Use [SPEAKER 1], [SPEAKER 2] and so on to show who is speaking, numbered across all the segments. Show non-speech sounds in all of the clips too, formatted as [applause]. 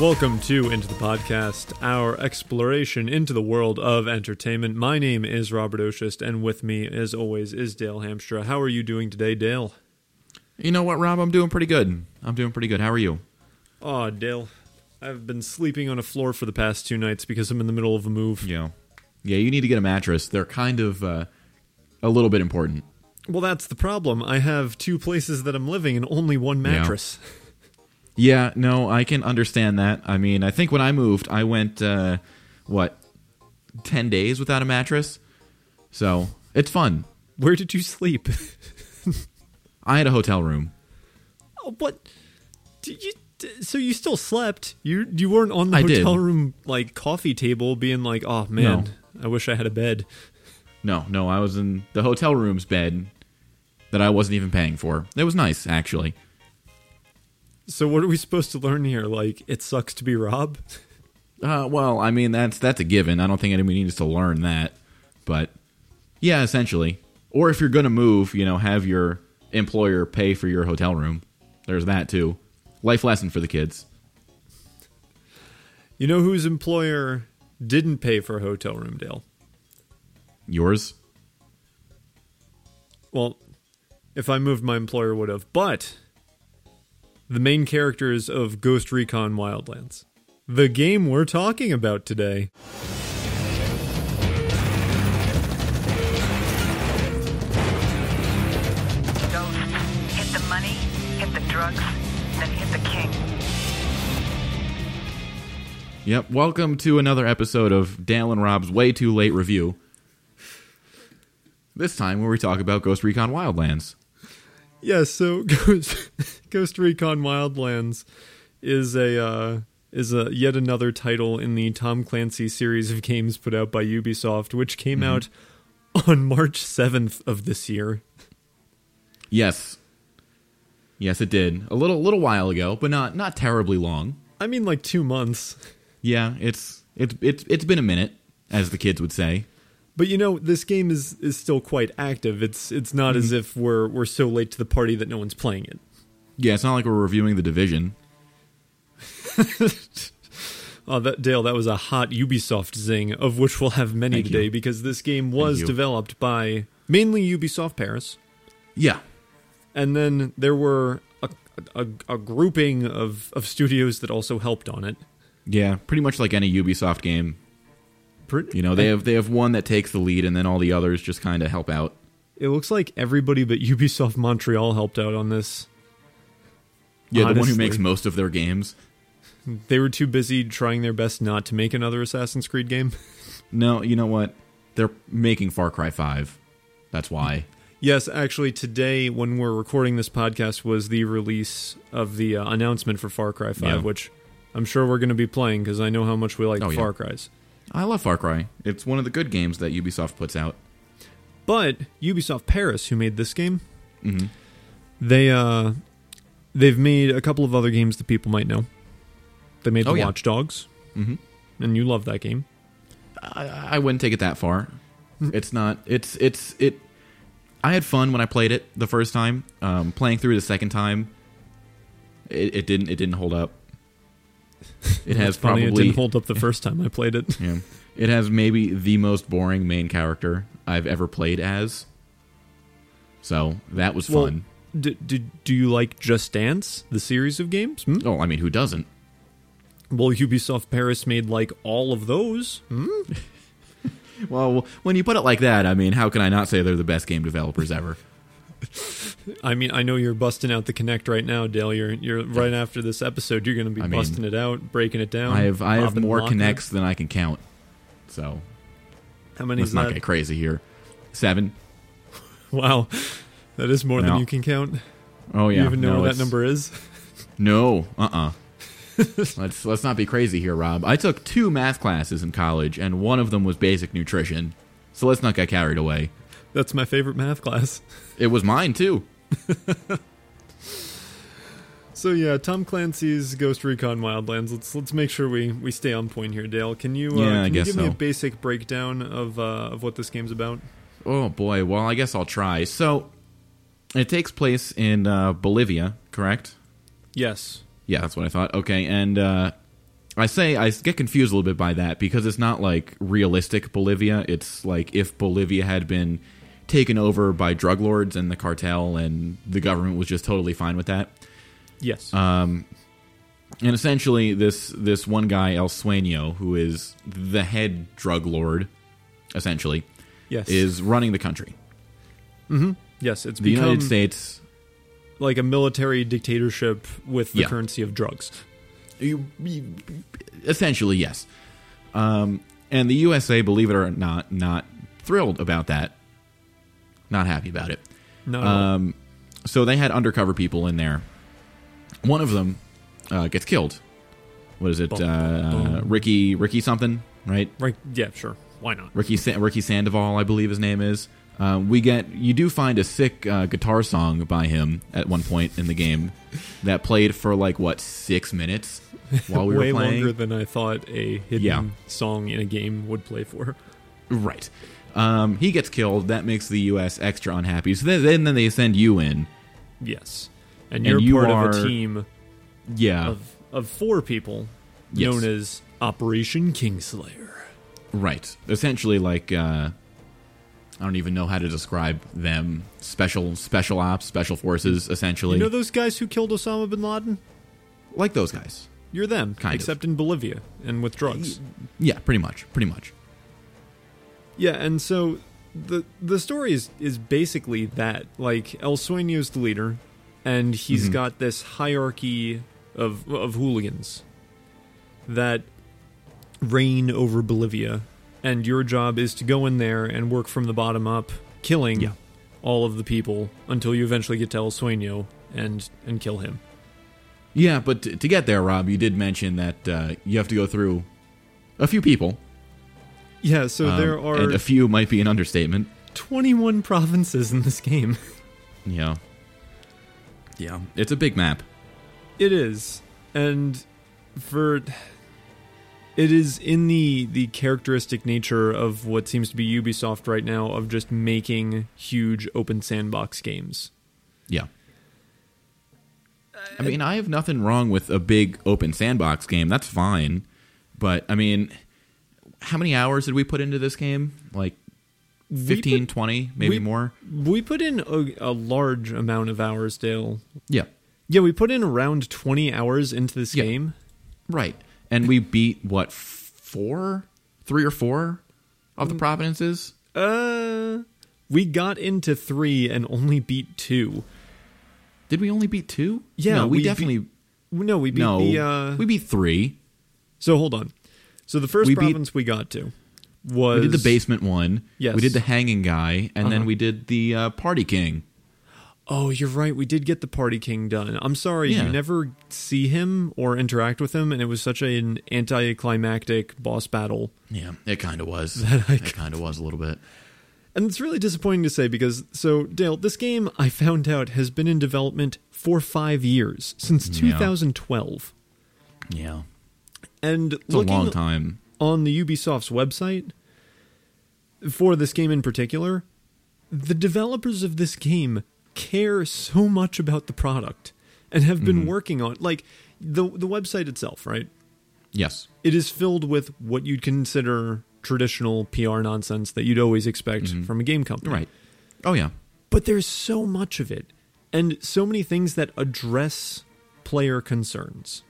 [SPEAKER 1] Welcome to Into the Podcast, our exploration into the world of entertainment. My name is Robert Oshist, and with me, as always, is Dale Hamstra. How are you doing today, Dale?
[SPEAKER 2] You know what, Rob? I'm doing pretty good. I'm doing pretty good. How are you?
[SPEAKER 1] Aw, Dale, I've been sleeping on a floor for the past two nights because I'm in the middle of a move.
[SPEAKER 2] Yeah. Yeah, you need to get a mattress. They're kind of uh, a little bit important.
[SPEAKER 1] Well, that's the problem. I have two places that I'm living and only one mattress. [laughs]
[SPEAKER 2] Yeah, no, I can understand that. I mean, I think when I moved, I went, uh, what, 10 days without a mattress? So it's fun.
[SPEAKER 1] Where did you sleep?
[SPEAKER 2] I had a hotel room.
[SPEAKER 1] [laughs] Oh, what? Did you? d- So you still slept? You you weren't on the
[SPEAKER 2] I did.
[SPEAKER 1] hotel room like coffee table, being like, "Oh man, I wish I had a bed."
[SPEAKER 2] No, no, I was in the hotel room's bed that I wasn't even paying for. It was nice, actually.
[SPEAKER 1] So what are we supposed to learn here? Like, it sucks to be Rob.
[SPEAKER 2] Uh, well, I mean that's that's a given. I don't think anybody needs to learn that, but yeah, essentially. Or if you're gonna move, you know, have your employer pay for your hotel room. There's that too. Life lesson for the kids.
[SPEAKER 1] You know whose employer didn't pay for a hotel room, Dale?
[SPEAKER 2] Yours?
[SPEAKER 1] Well, if I moved, my employer would have. But the main characters of Ghost Recon Wildlands, the game we're talking about today.
[SPEAKER 3] Ghost. Hit the money, hit the drugs, then hit the king.
[SPEAKER 2] Yep. Welcome to another episode of Dale and Rob's Way Too Late Review. This time where we talk about Ghost Recon Wildlands.
[SPEAKER 1] Yeah, so [laughs] Ghost, Ghost Recon Wildlands is a uh, is a yet another title in the Tom Clancy series of games put out by Ubisoft, which came out on March seventh of this year.
[SPEAKER 2] Yes. Yes, it did. A little little while ago, but not not terribly long.
[SPEAKER 1] I mean, like two months.
[SPEAKER 2] Yeah, it's it's it's it's been a minute, as the kids would say.
[SPEAKER 1] But you know, this game is is still quite active. It's it's not as
[SPEAKER 2] Mm-hmm.
[SPEAKER 1] if we're we're so late to the party that no one's playing it.
[SPEAKER 2] Yeah, it's not like we're reviewing the division.
[SPEAKER 1] Oh, that Dale, that was a hot Ubisoft zing, of which we'll have many
[SPEAKER 2] Thank you.
[SPEAKER 1] today because this game was
[SPEAKER 2] you.
[SPEAKER 1] developed by mainly Ubisoft Paris.
[SPEAKER 2] Yeah,
[SPEAKER 1] and then there were a, a, a grouping of, of studios that also helped on it.
[SPEAKER 2] yeah, pretty much like any Ubisoft game.
[SPEAKER 1] Pretty,
[SPEAKER 2] You know, they have they have one that takes the lead, and then all the others just kind of help out.
[SPEAKER 1] it looks like everybody but [laughs] Ubisoft Montreal helped out on this.
[SPEAKER 2] Yeah, the one
[SPEAKER 1] Honestly.
[SPEAKER 2] who makes most of their games.
[SPEAKER 1] They were too busy trying their best not to make another Assassin's Creed game.
[SPEAKER 2] No, you know what? They're making Far Cry Five. That's why.
[SPEAKER 1] yes, actually, today when we're recording this podcast was the release of the uh, announcement for Far Cry Five,
[SPEAKER 2] Yeah.
[SPEAKER 1] which I'm sure we're going to be playing because I know how much we like
[SPEAKER 2] Oh, yeah.
[SPEAKER 1] Far Cries.
[SPEAKER 2] I love Far Cry. It's one of the good games that Ubisoft puts out.
[SPEAKER 1] But Ubisoft Paris, who made this game,
[SPEAKER 2] Mm-hmm.
[SPEAKER 1] they uh, they've made a couple of other games that people might know. They made
[SPEAKER 2] Oh,
[SPEAKER 1] the
[SPEAKER 2] yeah.
[SPEAKER 1] Watch Dogs, mm-hmm. and you love that game.
[SPEAKER 2] I wouldn't take it that far. It's not. It's it's it. I had fun when I played it the first time. Um, playing through the second time, it, it didn't it didn't hold [laughs] up. It has
[SPEAKER 1] It's funny
[SPEAKER 2] probably
[SPEAKER 1] it didn't hold up the first time I played it.
[SPEAKER 2] Yeah. it has maybe the most boring main character I've ever played as. So that was
[SPEAKER 1] Well,
[SPEAKER 2] [laughs] fun.
[SPEAKER 1] d- d- do you like Just Dance, the series of games? Hmm?
[SPEAKER 2] oh, I mean, who doesn't?
[SPEAKER 1] Well, Ubisoft Paris made like all of those. Hmm?
[SPEAKER 2] Well, when you put it like that, I mean, how can I not say they're the best game developers ever?
[SPEAKER 1] I mean, I know you're busting out the Connect right now, Dale. You're you're right after this episode. You're going to be
[SPEAKER 2] I mean,
[SPEAKER 1] busting it out, breaking it down.
[SPEAKER 2] I have I have
[SPEAKER 1] popping
[SPEAKER 2] more
[SPEAKER 1] locking it.
[SPEAKER 2] connects than I can count. So
[SPEAKER 1] How many
[SPEAKER 2] let's
[SPEAKER 1] is
[SPEAKER 2] not
[SPEAKER 1] that?
[SPEAKER 2] get crazy here. Seven.
[SPEAKER 1] Wow, that is more
[SPEAKER 2] No.
[SPEAKER 1] than you can count.
[SPEAKER 2] Oh yeah,
[SPEAKER 1] you even know
[SPEAKER 2] no,
[SPEAKER 1] what that
[SPEAKER 2] it's-
[SPEAKER 1] number is? [laughs]
[SPEAKER 2] No, uh, uh [laughs] let's let's not be crazy here, Rob. I took two math classes in college, and one of them was basic nutrition. So let's not get carried away.
[SPEAKER 1] That's my favorite math class.
[SPEAKER 2] It was mine too.
[SPEAKER 1] So yeah, Tom Clancy's Ghost Recon Wildlands. Let's let's make sure we, we stay on point here, Dale. Can you uh,
[SPEAKER 2] Yeah,
[SPEAKER 1] can
[SPEAKER 2] I
[SPEAKER 1] you
[SPEAKER 2] guess
[SPEAKER 1] give me a
[SPEAKER 2] so.
[SPEAKER 1] basic breakdown of uh, of what this game's about?
[SPEAKER 2] Oh boy. Well, I guess I'll try. So it takes place in uh, Bolivia, correct?
[SPEAKER 1] Yes.
[SPEAKER 2] Yeah, that's what I thought. Okay, and uh, I say I get confused a little bit by that because it's not like realistic Bolivia. It's like if Bolivia had been taken over by drug lords and the cartel, and the government was just totally fine with that.
[SPEAKER 1] Yes.
[SPEAKER 2] Uh, And essentially, this this one guy El Sueño, who is the head drug lord, essentially,
[SPEAKER 1] yes.
[SPEAKER 2] is running the country.
[SPEAKER 1] yes. It's
[SPEAKER 2] The
[SPEAKER 1] become
[SPEAKER 2] United States
[SPEAKER 1] like a military dictatorship with the
[SPEAKER 2] Yeah.
[SPEAKER 1] currency of drugs.
[SPEAKER 2] You- you- essentially yes um, and the usa believe it or not not thrilled about that not happy about it
[SPEAKER 1] No.
[SPEAKER 2] um, so they had undercover people in there one of them uh, gets killed what is it
[SPEAKER 1] Bum,
[SPEAKER 2] uh, ricky ricky something right
[SPEAKER 1] right. Yeah. Sure. Why not?
[SPEAKER 2] ricky Sa- ricky sandoval i believe his name is uh, we get you do find a sick uh, guitar song by him at one point in the game that played for like what six minutes while we
[SPEAKER 1] Way
[SPEAKER 2] were playing
[SPEAKER 1] longer than I thought a hidden
[SPEAKER 2] Yeah.
[SPEAKER 1] song in a game would play for. [laughs]
[SPEAKER 2] Right. Um, he gets killed. That makes the U.S. extra unhappy. So then, then, then they send you in.
[SPEAKER 1] Yes. And you're
[SPEAKER 2] you
[SPEAKER 1] part of
[SPEAKER 2] are-
[SPEAKER 1] a team
[SPEAKER 2] Yeah.
[SPEAKER 1] of, of four people
[SPEAKER 2] Yes.
[SPEAKER 1] known as Operation Kingslayer.
[SPEAKER 2] right. Essentially, like uh, I don't even know how to describe them. Special, special ops, special forces. Essentially,
[SPEAKER 1] You know those guys who killed Osama bin Laden?
[SPEAKER 2] like those guys.
[SPEAKER 1] You're them,
[SPEAKER 2] Kind of.
[SPEAKER 1] except in Bolivia and with drugs.
[SPEAKER 2] Yeah, pretty much. Pretty much.
[SPEAKER 1] Yeah, and so the the story is is basically that like El Sueño's the leader, and
[SPEAKER 2] Mm-hmm.
[SPEAKER 1] he's got this hierarchy of of hooligans that reign over Bolivia, and your job is to go in there and work from the bottom up, killing
[SPEAKER 2] Yeah.
[SPEAKER 1] all of the people until you eventually get to El Sueño and and kill him.
[SPEAKER 2] Yeah, but to, to get there, Rob, you did mention that uh, you have to go through a few people.
[SPEAKER 1] Yeah, so
[SPEAKER 2] um,
[SPEAKER 1] there are
[SPEAKER 2] and a few might be an understatement.
[SPEAKER 1] 21 provinces in this game.
[SPEAKER 2] Yeah. Yeah, it's a big map.
[SPEAKER 1] It is, and for it is in the the characteristic nature of what seems to be Ubisoft right now of just making huge open sandbox games.
[SPEAKER 2] Yeah. I mean, I have nothing wrong with a big open sandbox game. That's fine. But, I mean, how many hours did we put into this game? Like 15,
[SPEAKER 1] put-
[SPEAKER 2] 20, maybe
[SPEAKER 1] we-
[SPEAKER 2] more?
[SPEAKER 1] We put in a, a large amount of hours, Dale.
[SPEAKER 2] Yeah.
[SPEAKER 1] Yeah, we put in around 20 hours into this
[SPEAKER 2] Yeah.
[SPEAKER 1] game.
[SPEAKER 2] Right. And we beat, what, four? Three or four of
[SPEAKER 1] Mm.
[SPEAKER 2] the provinces?
[SPEAKER 1] Uh we got into 3 and only beat 2.
[SPEAKER 2] Did we only beat two?
[SPEAKER 1] Yeah,
[SPEAKER 2] No, we,
[SPEAKER 1] we beat-
[SPEAKER 2] definitely.
[SPEAKER 1] No, we beat
[SPEAKER 2] no.
[SPEAKER 1] the uh
[SPEAKER 2] we beat three.
[SPEAKER 1] So hold on. So the first
[SPEAKER 2] We beat-
[SPEAKER 1] province we got to was
[SPEAKER 2] We did the basement one.
[SPEAKER 1] Yes.
[SPEAKER 2] We did the hanging guy. And then
[SPEAKER 1] Uh-huh.
[SPEAKER 2] we did the uh, party king.
[SPEAKER 1] Oh, you're right. We did get the Party King done. I'm sorry,
[SPEAKER 2] Yeah.
[SPEAKER 1] you never see him or interact with him, and it was such an anticlimactic boss battle.
[SPEAKER 2] Yeah, it kind of was. it kind of was a little bit.
[SPEAKER 1] And it's really disappointing to say because, so, Dale, this game I found out has been in development for five years, since
[SPEAKER 2] Yeah.
[SPEAKER 1] 2012.
[SPEAKER 2] Yeah,
[SPEAKER 1] And
[SPEAKER 2] it's
[SPEAKER 1] looking
[SPEAKER 2] a long time.
[SPEAKER 1] on the Ubisoft's website for this game in particular, the developers of this game care so much about the product and have been working on like the the website itself, right?
[SPEAKER 2] Yes.
[SPEAKER 1] It is filled with what you'd consider traditional PR nonsense that you'd always expect from a game company.
[SPEAKER 2] Right. Oh yeah.
[SPEAKER 1] But there's so much of it and so many things that address player concerns.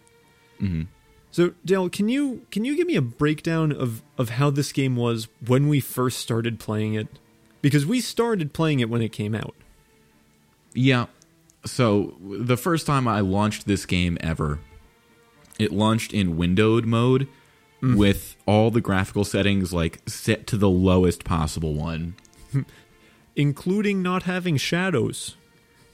[SPEAKER 2] Mm-hmm.
[SPEAKER 1] So Dale, can you can you give me a breakdown of of how this game was when we first started playing it? Because we started playing it when it came out.
[SPEAKER 2] Yeah. So the first time I launched this game ever, it launched in windowed mode with all the graphical settings like set to the lowest possible one.
[SPEAKER 1] Including not having shadows.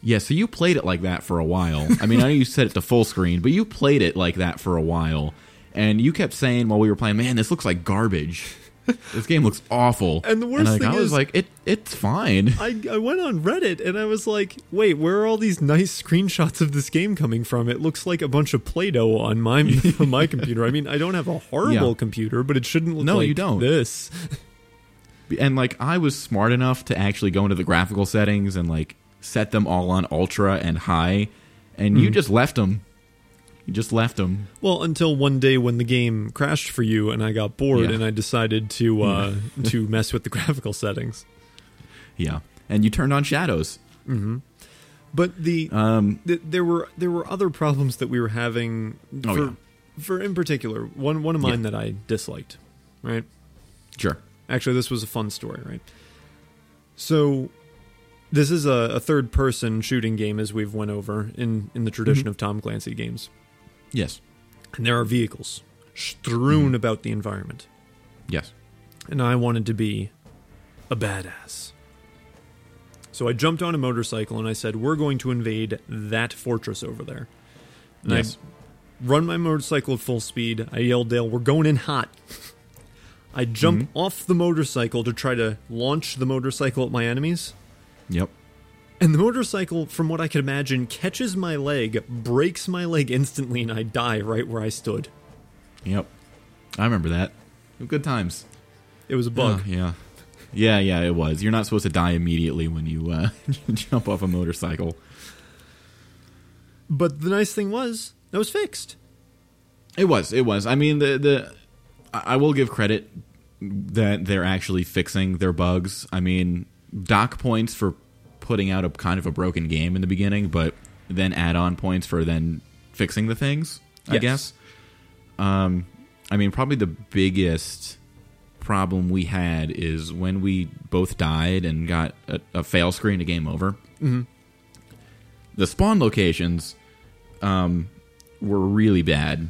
[SPEAKER 2] Yeah, so you played it like that for a while. I mean, I know you set it to full screen, but you played it like that for a while. And you kept saying while we were playing, "Man, this looks like garbage. This game looks awful."
[SPEAKER 1] And the worst
[SPEAKER 2] like,
[SPEAKER 1] thing
[SPEAKER 2] I was
[SPEAKER 1] is-
[SPEAKER 2] like, "It, it's fine."
[SPEAKER 1] I, I went on Reddit and I was like, wait, where are all these nice screenshots of this game coming from? It looks like a bunch of Play Doh on my, [laughs] on my computer. I mean, I don't have a horrible
[SPEAKER 2] Yeah.
[SPEAKER 1] computer, but it shouldn't look
[SPEAKER 2] No,
[SPEAKER 1] like
[SPEAKER 2] you don't.
[SPEAKER 1] this.
[SPEAKER 2] and like I was smart enough to actually go into the graphical
[SPEAKER 1] Hmm.
[SPEAKER 2] settings and like set them all on ultra and high, and you just left them You just left them.
[SPEAKER 1] Well, until one day when the game crashed for you and I got bored
[SPEAKER 2] Yeah.
[SPEAKER 1] and I decided to uh, [laughs] to mess with the graphical settings.
[SPEAKER 2] Yeah, and you turned on shadows.
[SPEAKER 1] But the,
[SPEAKER 2] Um,
[SPEAKER 1] th- there were there were other problems that we were having
[SPEAKER 2] Oh,
[SPEAKER 1] for
[SPEAKER 2] yeah.
[SPEAKER 1] for in particular one one of mine that I disliked, right?
[SPEAKER 2] Sure.
[SPEAKER 1] Actually, this was a fun story, right? So, this is a, a third person shooting game, as we've went over in in the tradition
[SPEAKER 2] Mm-hmm.
[SPEAKER 1] of Tom Clancy games,
[SPEAKER 2] Yes.
[SPEAKER 1] and there are vehicles strewn
[SPEAKER 2] mm-hmm.
[SPEAKER 1] about the environment,
[SPEAKER 2] Yes.
[SPEAKER 1] and I wanted to be a badass. So I jumped on a motorcycle and I said, "We're going to invade that fortress over there." And
[SPEAKER 2] Yes.
[SPEAKER 1] I run my motorcycle at full speed. I yell, Dale, we're going in hot. I jump
[SPEAKER 2] Mm-hmm.
[SPEAKER 1] off the motorcycle to try to launch the motorcycle at my enemies.
[SPEAKER 2] Yep.
[SPEAKER 1] And the motorcycle, from what I could imagine, catches my leg, breaks my leg instantly, and I die right where I stood.
[SPEAKER 2] Yep. I remember that. Good times.
[SPEAKER 1] It was a bug.
[SPEAKER 2] Oh, yeah. Yeah, yeah, it was. You're not supposed to die immediately when you uh, [laughs] jump off a motorcycle.
[SPEAKER 1] But the nice thing was, that was fixed.
[SPEAKER 2] It was. It was. I mean, the the I I will give credit that they're actually fixing their bugs. I mean, dock points for putting out a kind of a broken game in the beginning, but then add-on points for then fixing the things. I
[SPEAKER 1] Yes.
[SPEAKER 2] guess. Um, I mean, probably the biggest problem we had is when we both died and got a, a fail screen to game over. The spawn locations um, were really bad.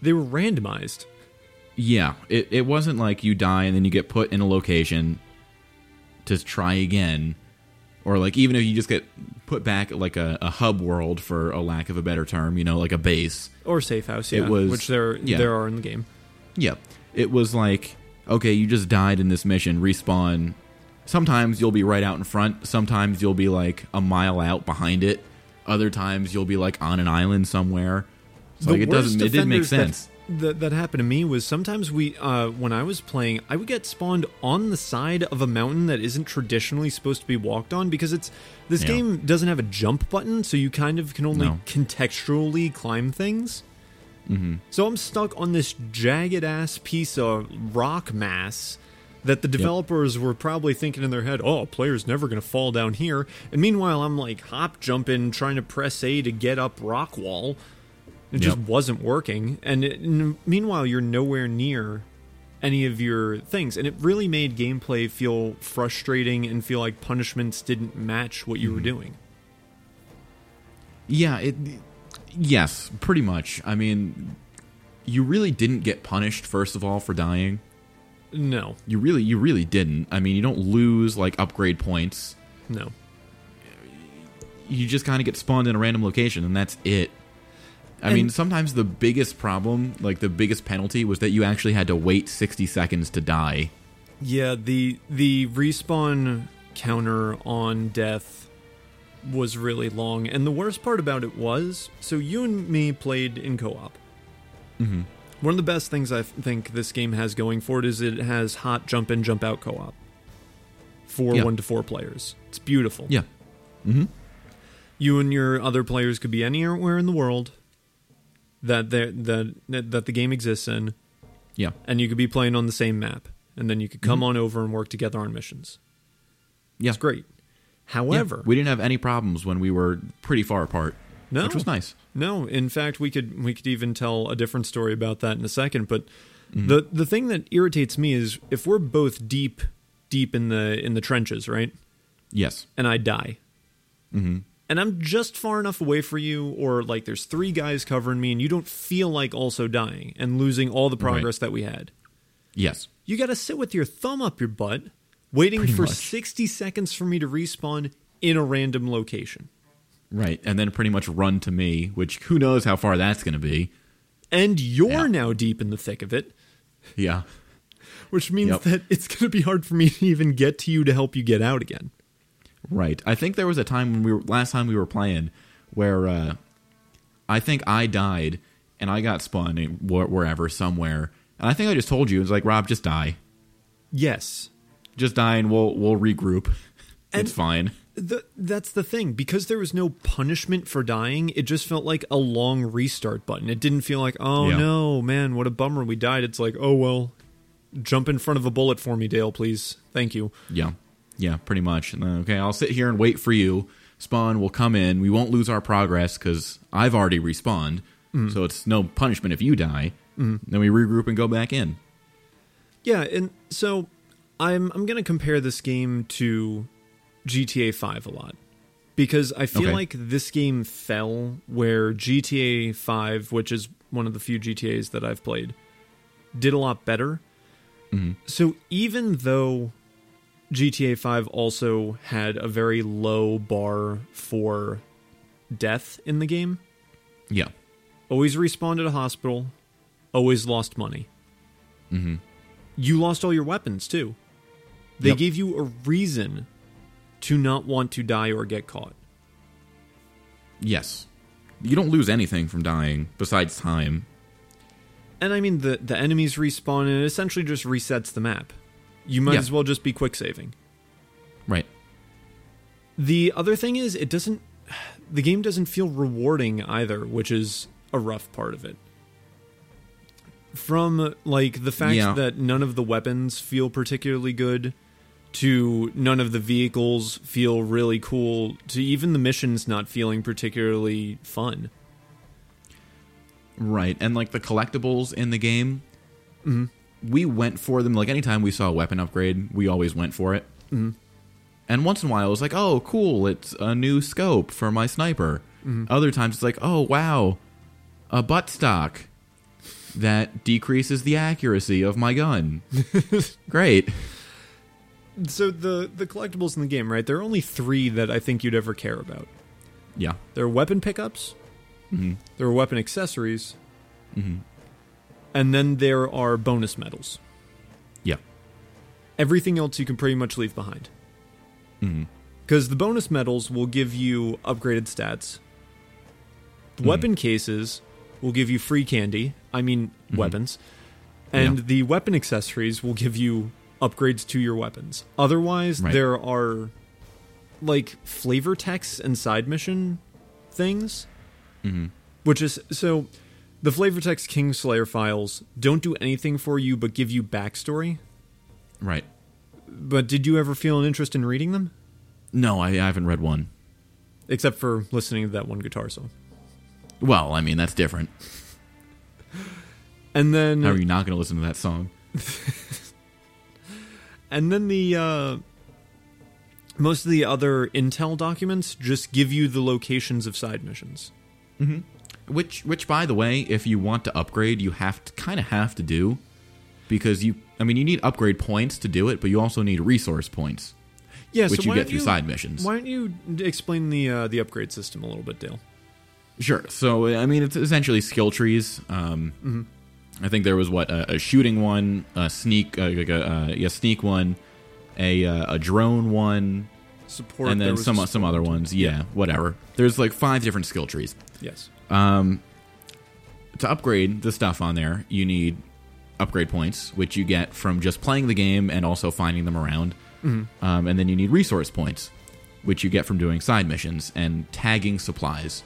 [SPEAKER 1] They were randomized.
[SPEAKER 2] Yeah, it, it wasn't like you die and then you get put in a location to try again. Or like even if you just get put back at like a, a hub world for a lack of a better term, you know, like a base.
[SPEAKER 1] Or safe house,
[SPEAKER 2] It
[SPEAKER 1] yeah,
[SPEAKER 2] was-
[SPEAKER 1] which there
[SPEAKER 2] yeah.
[SPEAKER 1] there are in the game.
[SPEAKER 2] Yeah. It was like, okay, you just died in this mission, respawn. Sometimes you'll be right out in front, sometimes you'll be like a mile out behind it, other times you'll be like on an island somewhere. So like it doesn't
[SPEAKER 1] worst
[SPEAKER 2] it didn't make
[SPEAKER 1] offenders that-
[SPEAKER 2] sense.
[SPEAKER 1] That, that happened to me was sometimes we uh, when I was playing, I would get spawned on the side of a mountain that isn't traditionally supposed to be walked on because it's this
[SPEAKER 2] Yeah.
[SPEAKER 1] game doesn't have a jump button, so you kind of can only
[SPEAKER 2] No. Mm-hmm.
[SPEAKER 1] contextually climb things. So I'm stuck on this jagged ass piece of rock mass that the developers were probably thinking in their head, "Oh, a player's never going to fall down here." And meanwhile, I'm like hop jumping, trying to press A to get up rock wall. It just
[SPEAKER 2] Yep.
[SPEAKER 1] wasn't working. And it, n- meanwhile, you're nowhere near any of your things, and it really made gameplay feel frustrating and feel like punishments didn't match what you were doing.
[SPEAKER 2] Yeah, it yes, pretty much. I mean, you really didn't get punished first of all for dying.
[SPEAKER 1] No,
[SPEAKER 2] You really you really didn't. I mean, you don't lose like upgrade points.
[SPEAKER 1] no.
[SPEAKER 2] You just kind of get spawned in a random location and that's it. I mean,
[SPEAKER 1] And-
[SPEAKER 2] sometimes the biggest problem, like the biggest penalty was that you actually had to wait 60 seconds to die.
[SPEAKER 1] Yeah, the the respawn counter on death was really long, and the worst part about it was so you and me played in co-op. Mm-hmm. One of the best things I f- think this game has going for it is it has hot jump in, jump out co-op for
[SPEAKER 2] Yeah.
[SPEAKER 1] one to four players. It's beautiful.
[SPEAKER 2] Yeah.
[SPEAKER 1] you and your other players could be anywhere in the world that there that that the game exists in,
[SPEAKER 2] Yeah.
[SPEAKER 1] and you could be playing on the same map, and then you could come on
[SPEAKER 2] Mm-hmm.
[SPEAKER 1] over and work together on missions.
[SPEAKER 2] Yeah.
[SPEAKER 1] It's great.
[SPEAKER 2] Yeah.
[SPEAKER 1] However,
[SPEAKER 2] we didn't have any problems when we were pretty far apart.
[SPEAKER 1] No.
[SPEAKER 2] Which was nice.
[SPEAKER 1] no. In fact, we could we could even tell a different story about that in a second. But
[SPEAKER 2] Mm-hmm.
[SPEAKER 1] the the thing that irritates me is if we're both deep deep in the in the trenches, right?
[SPEAKER 2] Yes.
[SPEAKER 1] And I die,
[SPEAKER 2] Mm-hmm.
[SPEAKER 1] and I'm just far enough away for you, or like there's three guys covering me, and you don't feel like also dying and losing all the progress that we had.
[SPEAKER 2] Yes.
[SPEAKER 1] You got to sit with your thumb up your butt, waiting
[SPEAKER 2] Pretty
[SPEAKER 1] for
[SPEAKER 2] much.
[SPEAKER 1] 60 seconds for me to respawn in a random location.
[SPEAKER 2] Right. And then pretty much run to me, which who knows how far that's going to be.
[SPEAKER 1] And you're
[SPEAKER 2] Yeah.
[SPEAKER 1] now deep in the thick of it.
[SPEAKER 2] Yeah.
[SPEAKER 1] which means
[SPEAKER 2] Yep.
[SPEAKER 1] that it's going to be hard for me to even get to you to help you get out again.
[SPEAKER 2] Right. I think there was a time when we were last time we were playing where uh, I think I died and I got spun in wh- wherever somewhere, and I think I just told you it was like Rob, just die,
[SPEAKER 1] Yes.
[SPEAKER 2] just die, and we'll we'll regroup.
[SPEAKER 1] And-
[SPEAKER 2] it's fine.
[SPEAKER 1] The, that's the thing because there was no punishment for dying. It just felt like a long restart button. It didn't feel like, oh
[SPEAKER 2] Yeah.
[SPEAKER 1] no, man, what a bummer we died. It's like, oh well, jump in front of a bullet for me, Dale, please. Thank you.
[SPEAKER 2] Yeah, yeah, pretty much. And then, okay, I'll sit here and wait for you. Spawn will come in. We won't lose our progress because I've already respawned, so it's no punishment if you die. Then we regroup and go back in.
[SPEAKER 1] Yeah, and so I'm I'm gonna compare this game to GTA Five a lot because I feel
[SPEAKER 2] Okay.
[SPEAKER 1] like this game fell where GTA Five, which is one of the few GTA's that I've played, did a lot better. So even though GTA Five also had a very low bar for death in the game,
[SPEAKER 2] Yeah,
[SPEAKER 1] always respawned at a hospital, always lost money. Mm-hmm. You lost all your weapons too. They
[SPEAKER 2] Yep.
[SPEAKER 1] gave you a reason to not want to die or get caught.
[SPEAKER 2] yes. You don't lose anything from dying besides time.
[SPEAKER 1] And I mean, the, the enemies respawn and it essentially just resets the map. You might
[SPEAKER 2] Yeah.
[SPEAKER 1] as well just be quick saving.
[SPEAKER 2] Right.
[SPEAKER 1] The other thing is, it doesn't. [sighs] The game doesn't feel rewarding either, which is a rough part of it. From like the fact
[SPEAKER 2] Yeah.
[SPEAKER 1] that none of the weapons feel particularly good, to none of the vehicles feel really cool, to even the missions not feeling particularly fun.
[SPEAKER 2] Right. And like the collectibles in the game, we went for them. Like anytime we saw a weapon upgrade, we always went for it. And once in a while, it was like, oh, cool, it's a new scope for my sniper. Other times, it's like, oh, wow, a butt stock that decreases the accuracy of my [laughs] gun. Great.
[SPEAKER 1] So the the collectibles in the game, right? There are only three that I think you'd ever care about.
[SPEAKER 2] Yeah.
[SPEAKER 1] There are weapon pickups. There are weapon accessories. And then there are bonus medals.
[SPEAKER 2] Yeah.
[SPEAKER 1] Everything else you can pretty much leave behind.
[SPEAKER 2] Mm-hmm.
[SPEAKER 1] Because the bonus medals will give you upgraded stats. The
[SPEAKER 2] Mm.
[SPEAKER 1] weapon cases will give you free candy. I mean, weapons. And
[SPEAKER 2] Mm-hmm. Yeah.
[SPEAKER 1] the weapon accessories will give you upgrades to your weapons. Otherwise,
[SPEAKER 2] Right.
[SPEAKER 1] there are like flavor texts and side mission things.
[SPEAKER 2] Mm-hmm.
[SPEAKER 1] Which is so the flavor text Kingslayer files don't do anything for you but give you backstory.
[SPEAKER 2] Right.
[SPEAKER 1] But did you ever feel an interest in reading them?
[SPEAKER 2] No, I, I haven't read one.
[SPEAKER 1] Except for listening to that one guitar song.
[SPEAKER 2] Well, I mean, that's different.
[SPEAKER 1] And
[SPEAKER 2] How are
[SPEAKER 1] then
[SPEAKER 2] you not going to listen to that song?
[SPEAKER 1] and then the uh most of the other intel documents just give you the locations of side missions.
[SPEAKER 2] which which by the way if you want to upgrade you have to kind of have to do because you i mean you need upgrade points to do it but you also need resource points
[SPEAKER 1] Yeah,
[SPEAKER 2] Which
[SPEAKER 1] so
[SPEAKER 2] you
[SPEAKER 1] why
[SPEAKER 2] get
[SPEAKER 1] don't
[SPEAKER 2] through side missions.
[SPEAKER 1] Why don't you explain the uh, the upgrade system a little bit, Dale?
[SPEAKER 2] sure so i mean it's essentially skill trees um i think there was what a, a shooting one a sneak uh, like a, uh, yeah, sneak one a uh, a drone one
[SPEAKER 1] Support
[SPEAKER 2] and
[SPEAKER 1] there
[SPEAKER 2] then
[SPEAKER 1] was a
[SPEAKER 2] some
[SPEAKER 1] s-
[SPEAKER 2] some other ones yeah whatever there's like five different skill trees
[SPEAKER 1] Yes.
[SPEAKER 2] to upgrade the stuff on there, you need upgrade points, which you get from just playing the game and also finding them around.
[SPEAKER 1] Mm-hmm.
[SPEAKER 2] Um, and then you need resource points, which you get from doing side missions and tagging supplies.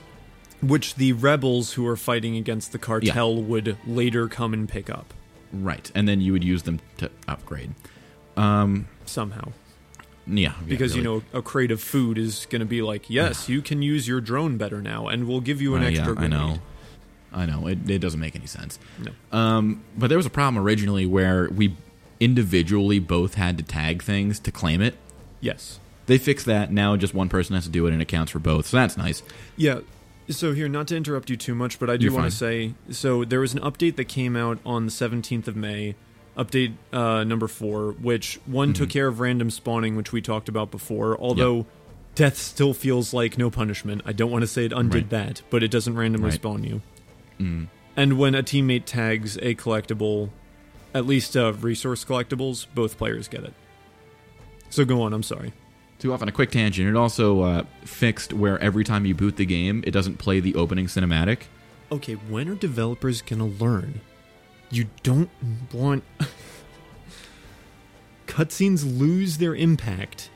[SPEAKER 1] Which the rebels who are fighting against the cartel would later come and pick up
[SPEAKER 2] Right. And then you would use them to upgrade.
[SPEAKER 1] somehow.
[SPEAKER 2] Yeah.
[SPEAKER 1] because you know a crate of food is going to be like,
[SPEAKER 2] [sighs]
[SPEAKER 1] yes, you can use your drone better now, and we'll give you an extra.
[SPEAKER 2] Uh, I
[SPEAKER 1] grenade.
[SPEAKER 2] know. I know. It, it doesn't make any sense. Um,
[SPEAKER 1] No.
[SPEAKER 2] But there was a problem originally where we individually both had to tag things to claim it.
[SPEAKER 1] Yes.
[SPEAKER 2] They fixed that. Now just one person has to do it and it counts for both. So that's nice.
[SPEAKER 1] Yeah. So here, not to interrupt you too much, but I do
[SPEAKER 2] You're
[SPEAKER 1] want
[SPEAKER 2] fine.
[SPEAKER 1] to say, so there was an update that came out on the seventeenth of May, update uh, number four, which one
[SPEAKER 2] Mm-hmm.
[SPEAKER 1] took care of random spawning, which we talked about before. Although death still feels like no punishment. I don't want to say it undid
[SPEAKER 2] Right.
[SPEAKER 1] that, but it doesn't randomly
[SPEAKER 2] Right. Mm-hmm.
[SPEAKER 1] spawn you. And when a teammate tags a collectible, at least uh, resource collectibles, both players get it. So go on. I'm sorry.
[SPEAKER 2] too often a quick tangent. It also uh, fixed where every time you boot the game, it doesn't play the opening cinematic.
[SPEAKER 1] okay, when are developers going to learn? You don't [laughs] want. Cutscenes lose their impact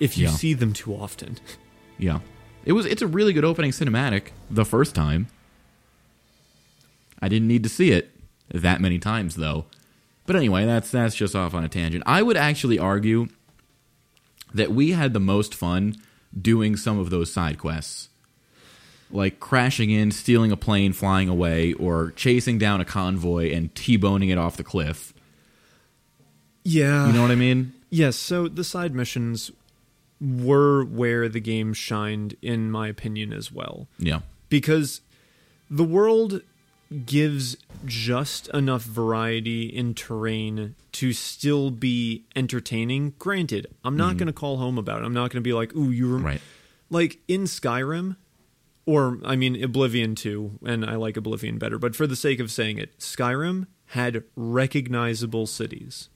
[SPEAKER 1] if you
[SPEAKER 2] Yeah.
[SPEAKER 1] see them too often. [laughs]
[SPEAKER 2] Yeah. It was it's a really good opening cinematic the first time. I didn't need to see it that many times though. But anyway, that's that's just off on a tangent. I would actually argue that we had the most fun doing some of those side quests. Like crashing in, stealing a plane, flying away, or chasing down a convoy and T-boning it off the cliff.
[SPEAKER 1] Yeah.
[SPEAKER 2] You know what I mean?
[SPEAKER 1] Yes, so the side missions were where the game shined, in my opinion, as well.
[SPEAKER 2] Yeah.
[SPEAKER 1] Because the world gives just enough variety in terrain to still be entertaining. Granted, I'm not going to call home about it. I'm not going to be like, ooh, you were.
[SPEAKER 2] Right.
[SPEAKER 1] Like in Skyrim, or I mean, Oblivion 2, and I like Oblivion better, but for the sake of saying it, Skyrim had recognizable cities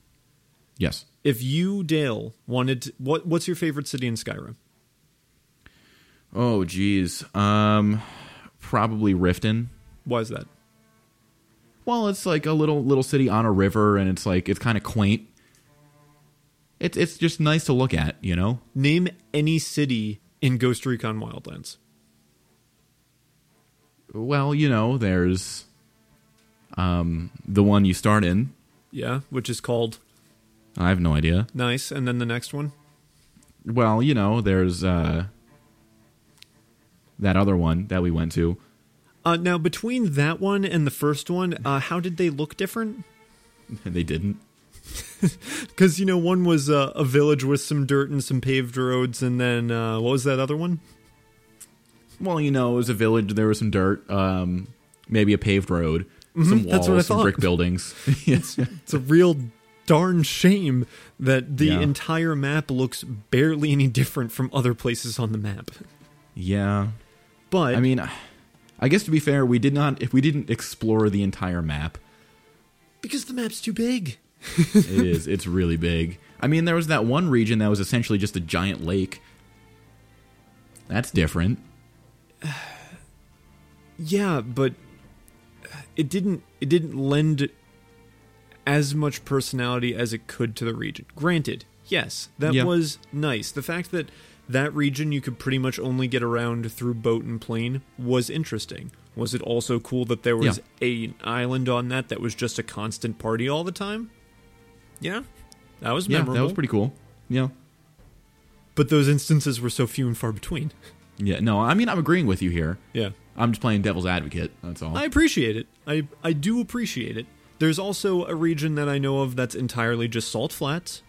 [SPEAKER 2] Yes.
[SPEAKER 1] if you Dale wanted to, what what's your favorite city in Skyrim?
[SPEAKER 2] Oh geez. Um probably Riften.
[SPEAKER 1] Why is that?
[SPEAKER 2] Well, it's like a little little city on a river, and it's like it's kind of quaint. It's it's just nice to look at, you know.
[SPEAKER 1] Name any city in Ghost Recon Wildlands.
[SPEAKER 2] Well, you know, there's um the one you start in.
[SPEAKER 1] Yeah, which is called
[SPEAKER 2] I have no idea.
[SPEAKER 1] Nice and then the next one.
[SPEAKER 2] Well, you know, there's uh that other one that we went to. [laughs]
[SPEAKER 1] Uh, now between that one and the first one, uh, how did they look different?
[SPEAKER 2] they didn't.
[SPEAKER 1] Because you know, one was uh, a village with some dirt and some paved roads, and then uh, what was that other one?
[SPEAKER 2] Well, you know, it was a village. There was some dirt, um, maybe a paved road, some walls,
[SPEAKER 1] Mm-hmm. that's what I
[SPEAKER 2] some
[SPEAKER 1] thought.
[SPEAKER 2] brick buildings. [laughs]
[SPEAKER 1] [laughs]
[SPEAKER 2] yes.
[SPEAKER 1] It's a real darn shame that the
[SPEAKER 2] Yeah.
[SPEAKER 1] entire map looks barely any different from other places on the map.
[SPEAKER 2] Yeah.
[SPEAKER 1] But
[SPEAKER 2] I mean, I- I guess to be fair, we did not. If we didn't explore the entire map,
[SPEAKER 1] because the map's too big.
[SPEAKER 2] [laughs] it is. It's really big. I mean, there was that one region that was essentially just a giant lake. That's different.
[SPEAKER 1] Yeah, but it didn't it didn't lend as much personality as it could to the region. Granted, yes, that
[SPEAKER 2] Yeah.
[SPEAKER 1] was nice. The fact that that region you could pretty much only get around through boat and plane was interesting. Was it also cool that there was a, an island on that that was just a constant party all the time? Yeah, that was
[SPEAKER 2] Yeah,
[SPEAKER 1] memorable.
[SPEAKER 2] that was pretty cool. Yeah.
[SPEAKER 1] but those instances were so few and far between. [laughs]
[SPEAKER 2] Yeah. No, I mean, I'm agreeing with you here.
[SPEAKER 1] Yeah.
[SPEAKER 2] I'm just playing devil's advocate. That's all.
[SPEAKER 1] I appreciate it. I I do appreciate it. There's also a region that I know of that's entirely just salt flats.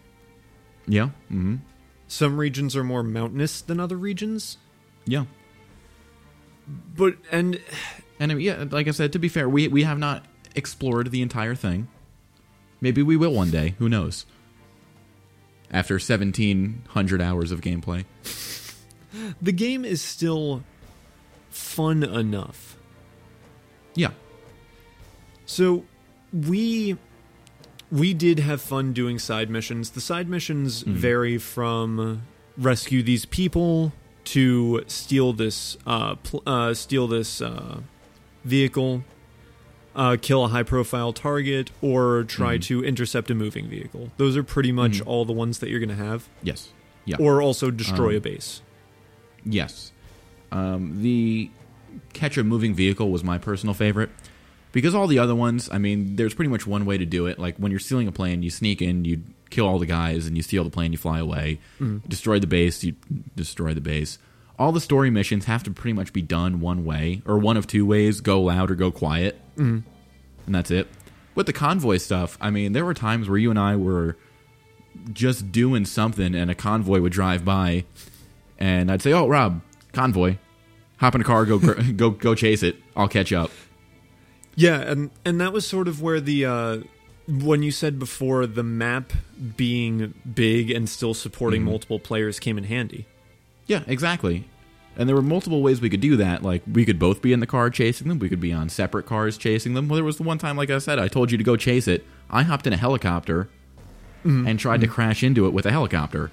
[SPEAKER 2] yeah. Mm-hmm.
[SPEAKER 1] Some regions are more mountainous than other regions,
[SPEAKER 2] Yeah.
[SPEAKER 1] but and
[SPEAKER 2] And I mean, yeah, like I said, to be fair, we we have not explored the entire thing. Maybe we will one day. Who knows? After 1,700 hours of gameplay.
[SPEAKER 1] the game is still fun enough.
[SPEAKER 2] Yeah.
[SPEAKER 1] So we we did have fun doing side missions. The side missions vary from rescue these people to steal this uh, pl- uh, steal this uh, vehicle, uh, kill a high profile target, or try to intercept a moving vehicle. Those are pretty much all the ones that you're going to have,
[SPEAKER 2] Yes. Yeah.
[SPEAKER 1] or also destroy a base.
[SPEAKER 2] yes. Um, the catch a moving vehicle was my personal favorite because all the other ones, I mean, there's pretty much one way to do it. Like when you're stealing a plane, you sneak in, you kill all the guys, and you steal the plane, you fly away, destroy the base, you destroy the base. All the story missions have to pretty much be done one way or one of two ways: go loud or go quiet, mm. and that's it. With the convoy stuff, I mean, there were times where you and I were just doing something, and a convoy would drive by, and I'd say, "Oh, Rob, convoy, hop in a car, go gr- [laughs] go go chase it. I'll catch up."
[SPEAKER 1] Yeah, and and that was sort of where the uh, when you said before the map being big and still supporting multiple players came in handy.
[SPEAKER 2] Yeah, exactly. And there were multiple ways we could do that. Like we could both be in the car chasing them. We could be on separate cars chasing them. Well, there was the one time, like I said, I told you to go chase it. I hopped in a helicopter and tried to crash into it with a helicopter.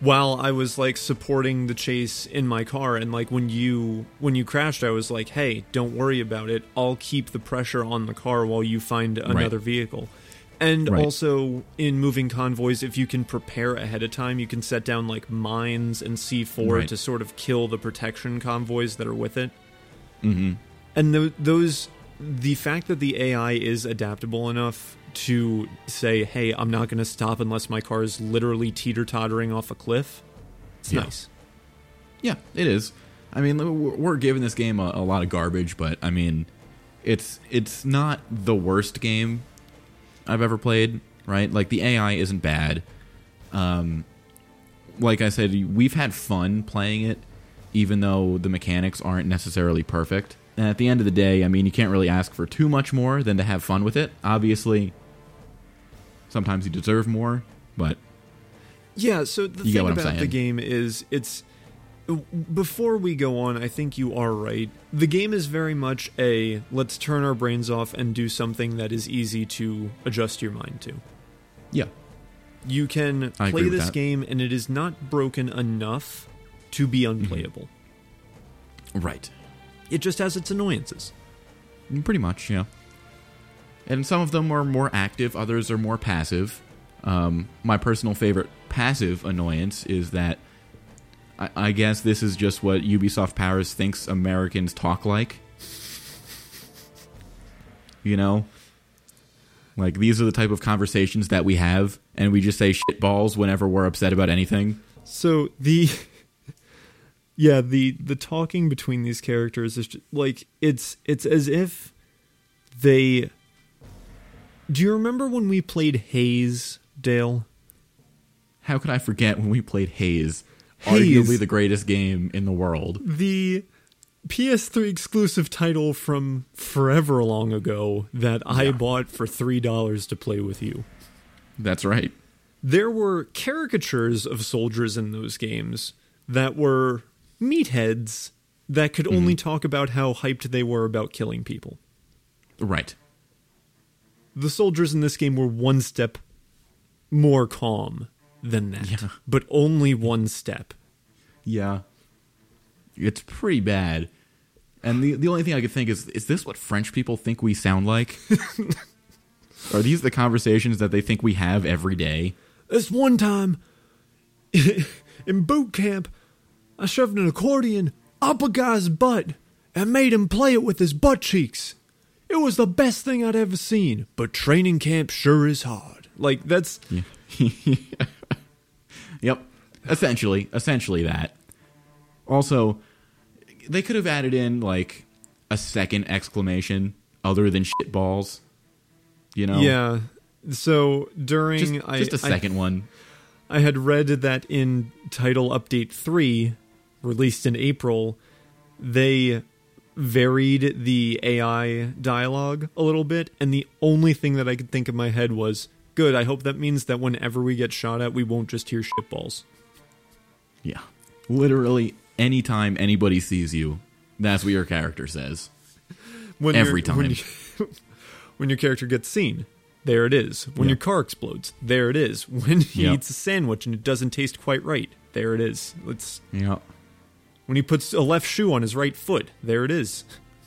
[SPEAKER 1] While I was like supporting the chase in my car, and like when you when you crashed, I was like, "Hey, don't worry about it. I'll keep the pressure on the car while you find another vehicle." And
[SPEAKER 2] Right.
[SPEAKER 1] also in moving convoys, if you can prepare ahead of time, you can set down like mines and C4
[SPEAKER 2] Right.
[SPEAKER 1] to sort of kill the protection convoys that are with it. Mm-hmm. And tho- those, the fact that the AI is adaptable enough to say, "Hey, I'm not going to stop unless my car is literally teeter tottering off a cliff," it's
[SPEAKER 2] Yeah.
[SPEAKER 1] nice.
[SPEAKER 2] Yeah, it is. I mean, we're we're giving this game a, a lot of garbage, but I mean, it's it's not the worst game I've ever played. Right? Like the AI isn't bad. Um, like I said, we've had fun playing it, even though the mechanics aren't necessarily perfect. And at the end of the day, I mean, you can't really ask for too much more than to have fun with it. Obviously, sometimes you deserve more, but
[SPEAKER 1] Yeah, so the
[SPEAKER 2] You get
[SPEAKER 1] thing
[SPEAKER 2] what I'm
[SPEAKER 1] about the
[SPEAKER 2] saying.
[SPEAKER 1] game is it's before we go on, I think you are right. The game is very much a let's turn our brains off and do something that is easy to adjust your mind to.
[SPEAKER 2] yeah,
[SPEAKER 1] You can
[SPEAKER 2] I agree
[SPEAKER 1] play
[SPEAKER 2] with
[SPEAKER 1] this
[SPEAKER 2] that.
[SPEAKER 1] game and it is not broken enough to be unplayable.
[SPEAKER 2] right.
[SPEAKER 1] It just has its annoyances.
[SPEAKER 2] Pretty much, yeah. And some of them are more active, others are more passive. Um, my personal favorite passive annoyance is that I, I guess this is just what Ubisoft Paris thinks Americans talk like. You know? Like, these are the type of conversations that we have, and we just say shit balls whenever we're upset about anything.
[SPEAKER 1] So the [laughs] yeah the the talking between these characters is just, like it's it's as if they. Do you remember when we played Haze, Dale?
[SPEAKER 2] How could I forget when we played Haze?
[SPEAKER 1] Haze.
[SPEAKER 2] Arguably the greatest game in the world.
[SPEAKER 1] The PS3 exclusive title from forever long ago that I bought for three dollars to play with you.
[SPEAKER 2] That's right.
[SPEAKER 1] there were caricatures of soldiers in those games that were meatheads that could only talk about how hyped they were about killing people.
[SPEAKER 2] Right.
[SPEAKER 1] The soldiers in this game were one step more calm than that,
[SPEAKER 2] Yeah.
[SPEAKER 1] but only one step.
[SPEAKER 2] Yeah. It's pretty bad. And the the only thing I could think is is this what French people think we
[SPEAKER 1] [laughs]
[SPEAKER 2] sound like? Are these the conversations that they think we have every day?
[SPEAKER 1] This one time [laughs] in boot camp, I shoved an accordion up a guy's butt and made him play it with his butt cheeks. It was the best thing I'd ever seen, but training camp sure is hard. Like, that's.
[SPEAKER 2] Yep. Essentially, essentially that. Also, they could have added in like a second exclamation other than shit balls. You know?
[SPEAKER 1] Yeah. So during.
[SPEAKER 2] Just,
[SPEAKER 1] I,
[SPEAKER 2] just a
[SPEAKER 1] I-
[SPEAKER 2] second one.
[SPEAKER 1] I had read that in Title Update 3, released in April, they varied the AI dialogue a little bit, and the only thing that I could think of my head was, good, I hope that means that whenever we get shot at, we won't just hear shitballs.
[SPEAKER 2] Yeah. Literally anytime anybody sees you, that's what your character says.
[SPEAKER 1] When
[SPEAKER 2] Every
[SPEAKER 1] your- When,
[SPEAKER 2] time.
[SPEAKER 1] you- [laughs] when your character gets seen, there it is. When
[SPEAKER 2] Yeah.
[SPEAKER 1] your car explodes, there it is. [laughs] When he
[SPEAKER 2] Yeah.
[SPEAKER 1] eats a sandwich and it doesn't taste quite right, there it is. It's,
[SPEAKER 2] Yep.
[SPEAKER 1] when he puts a left shoe on his right foot, there it is.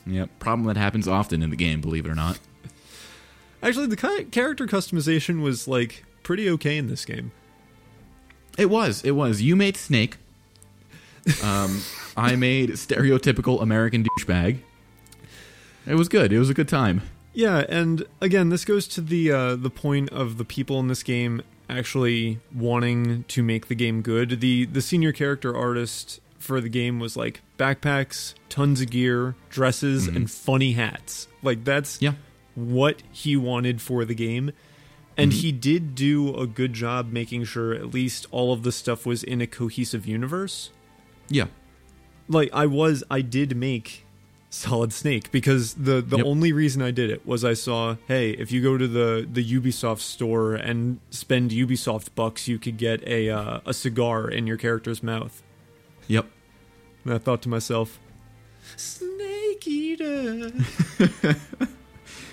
[SPEAKER 2] Yep. Problem that happens often in the game, believe it or not.
[SPEAKER 1] Actually, the ki- character customization was like pretty okay in this game.
[SPEAKER 2] It was. It was. You made Snake. [laughs] Um, I made stereotypical American douchebag. It was good. It was a good time.
[SPEAKER 1] Yeah, and again, this goes to the uh, the point of the people in this game actually wanting to make the game good. The the senior character artist for the game was like backpacks, tons of gear, dresses, and funny hats. Like that's
[SPEAKER 2] Yeah.
[SPEAKER 1] what he wanted for the game. And he did do a good job making sure at least all of the stuff was in a cohesive universe.
[SPEAKER 2] Yeah.
[SPEAKER 1] like I was I did make Solid Snake because the the
[SPEAKER 2] Yep.
[SPEAKER 1] only reason I did it was I saw hey if you go to the the Ubisoft store and spend Ubisoft bucks you could get a uh, a cigar in your character's mouth
[SPEAKER 2] Yep.
[SPEAKER 1] and I thought to myself Snake Eater
[SPEAKER 2] [laughs]